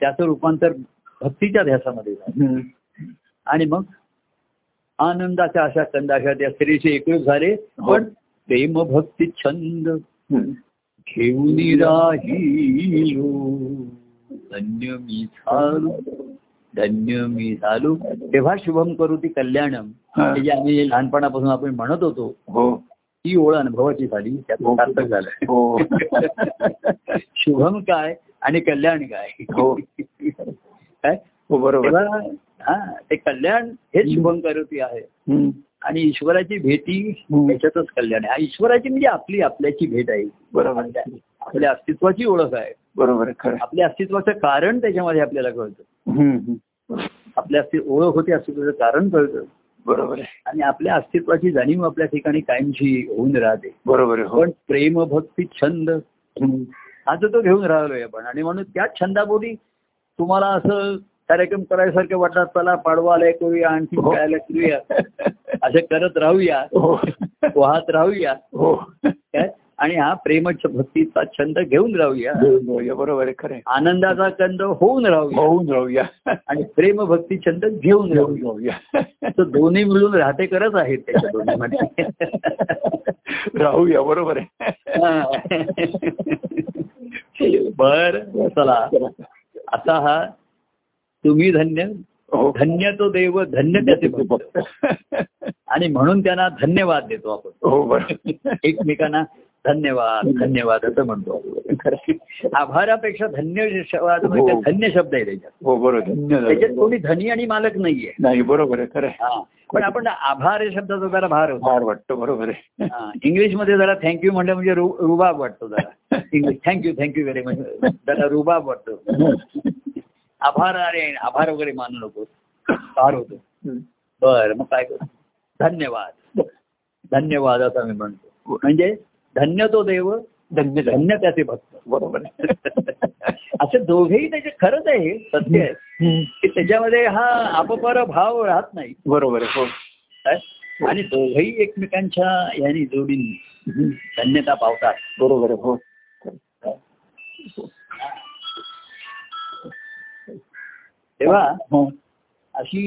Speaker 2: त्याचं रूपांतर भक्तीच्या ध्यासामध्ये झालं
Speaker 1: हम्म.
Speaker 2: आणि मग आनंदाच्या अशा कंदाशा त्या स्त्रीशी एकरूप झाले
Speaker 1: हो.
Speaker 2: पण प्रेम भक्ती छंद
Speaker 1: हम्म.
Speaker 2: घेऊन राहिलो धन्य मी झालो धन्य मी झालो तेव्हा शुभम करू ती कल्याणम
Speaker 1: हा.
Speaker 2: हे जे आम्ही लहानपणापासून आपण म्हणत होतो
Speaker 1: हो
Speaker 2: ती ओळ अनुभवाची झाली त्यात
Speaker 1: हो.
Speaker 2: सार्थक झालं
Speaker 1: हो
Speaker 2: शुभम काय आणि कल्याण काय
Speaker 1: हो.
Speaker 2: काय
Speaker 1: हो बरोबर
Speaker 2: तेव्हा हा ते कल्याण हेच शुभंकरोती आहे
Speaker 1: हम्म.
Speaker 2: आणि ईश्वराची भेटी
Speaker 1: हम्म.
Speaker 2: त्याच्यातच कल्याण आहे हा ईश्वराची म्हणजे आपली आपल्याची भेट आहे
Speaker 1: बरोबर आहे.
Speaker 2: आपल्या अस्तित्वाची ओळख आहे
Speaker 1: बरोबर आहे, खरं आहे.
Speaker 2: आपल्या अस्तित्वाचं कारण त्याच्यामध्ये आपल्याला कळतं
Speaker 1: हम्म. हम्म.
Speaker 2: आपल्या अस्ति ओळख होते अस्तित्वाचं कारण कळतं
Speaker 1: बरोबर आहे
Speaker 2: आणि आपल्या अस्तित्वाची जाणीव आपल्या ठिकाणी कायमची होऊन राहते
Speaker 1: बरोबर आहे हो
Speaker 2: पण प्रेम भक्ती छंद
Speaker 1: हम्म.
Speaker 2: हा तर तो घेऊन राहिलोय आपण आणि म्हणून त्या छंदापोटी तुम्हाला असं कार्यक्रम करायसारखं वाटणार चला पाडवा आलाय करूया आणखी
Speaker 1: हो.
Speaker 2: खेळायला करूया असं करत राहूया
Speaker 1: हो
Speaker 2: वाहत राहूया
Speaker 1: हो
Speaker 2: काय आणि हा प्रेमच भक्तीचा छंद घेऊन राहूया
Speaker 1: बरोबर बरोबर आहे खरं आहे.
Speaker 2: आनंदाचा कंद होऊन राहूया
Speaker 1: होऊन जाऊया
Speaker 2: आणि प्रेम भक्ती छंद घेऊन
Speaker 1: होऊन
Speaker 2: राहूया
Speaker 1: जाऊया
Speaker 2: तर दोन्ही मिळून राहते करत आहेत त्याच्या दोन्हीमध्ये
Speaker 1: राहूया बरोबर आहे
Speaker 2: बर चला आता हा तुम्ही धन्य
Speaker 1: हो
Speaker 2: धन्य तो देव धन्य त्याचे भक्त आणि म्हणून त्यांना धन्यवाद देतो आपण
Speaker 1: हो बरोबर
Speaker 2: एकमेकांना धन्यवाद धन्यवाद असं म्हणतो आपण. आभारापेक्षा धन्य शब्द म्हणजे
Speaker 1: हो.
Speaker 2: धन्य शब्द आहे त्याच्यात
Speaker 1: हो बरोबर धन्य
Speaker 2: त्याच्यात
Speaker 1: झालं.
Speaker 2: कोणी धनी आणि मालक नाहीये
Speaker 1: नाही बरोबर आहे खरं आहे.
Speaker 2: हा पण आपण आभार या शब्दाचा जरा भार होतो
Speaker 1: फार वाटतं बरोबर आहे
Speaker 2: इंग्लिश मध्ये जरा थँक्यू म्हणलं म्हणजे रु- रुबाब वाटतो जरा English thank you thank you very much जरा रुबाब वाटतो
Speaker 1: हो.
Speaker 2: आभार अरे आभार वगैरे मानू नको भार होतो बर मग काय करू धन्यवाद धन्यवाद असं मी म्हणतो म्हणजे धन्य तो देव
Speaker 1: धन्य झालं.
Speaker 2: धन्य त्याचे भक्त
Speaker 1: बरोबर आहे
Speaker 2: असे दोघेही त्याचे खरंच आहे सत्य आहे की त्याच्यामध्ये हा अपपर भाव राहत नाही
Speaker 1: बरोबर आहे हो
Speaker 2: काय? आणि दोघेही एकमेकांच्या याने जोडीने धन्यता पावतात
Speaker 1: बरोबर आहे हो
Speaker 2: तेव्हा
Speaker 1: हो.
Speaker 2: अशी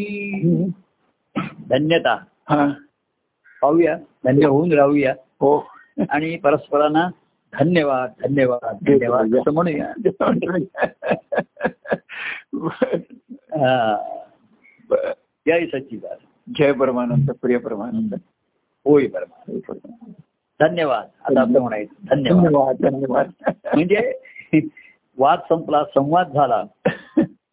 Speaker 2: धन्यता
Speaker 1: हा
Speaker 2: पाहूया धन्य होऊन राहूया
Speaker 1: हो
Speaker 2: आणि परस्परांना धन्यवाद धन्यवाद धन्यवाद असं म्हणूया हा.
Speaker 1: ब-
Speaker 2: जय सच्चिदान
Speaker 1: जय परमानंद प्रिय परमानंद
Speaker 2: होय बरोबर
Speaker 1: प्रिय परमानंद.
Speaker 2: धन्यवाद आता असं म्हणायचं धन्यवाद
Speaker 1: धन्यवाद धन्यवाद
Speaker 2: म्हणजे वाद संपला संवाद झाला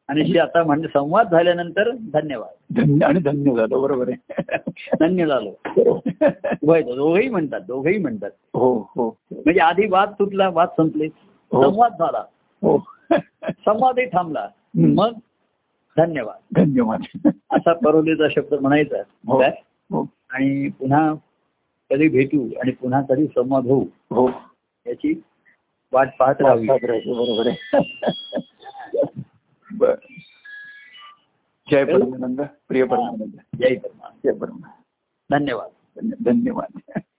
Speaker 2: आणि जी आता म्हणजे संवाद झाल्यानंतर धन्यवाद
Speaker 1: धन्य आणि धन्य झालं बरोबर आहे
Speaker 2: धन्य झालो
Speaker 1: बरोबर.
Speaker 2: होय, दोघेही म्हणतात दोघेही म्हणतात
Speaker 1: हो हो
Speaker 2: म्हणजे आधी वाद तुटला वाद संपले
Speaker 1: हो.
Speaker 2: संवाद झाला
Speaker 1: हो
Speaker 2: संवादही थांबला
Speaker 1: हम्म.
Speaker 2: मग धन्यवाद
Speaker 1: धन्यवाद
Speaker 2: असा परवलेचा शब्द म्हणायचा
Speaker 1: हो
Speaker 2: काय?
Speaker 1: हो
Speaker 2: आणि पुन्हा कधी भेटू आणि पुन्हा कधी संवाद होऊ
Speaker 1: हो
Speaker 2: याची वाट पाहत राहावी
Speaker 1: वाटचाल करायची, बरोबर आहे बर जय परमानंद प्रिय परमानंद
Speaker 2: जय परमान
Speaker 1: जय परमानंद
Speaker 2: धन्यवाद
Speaker 1: धन्य- धन्यवाद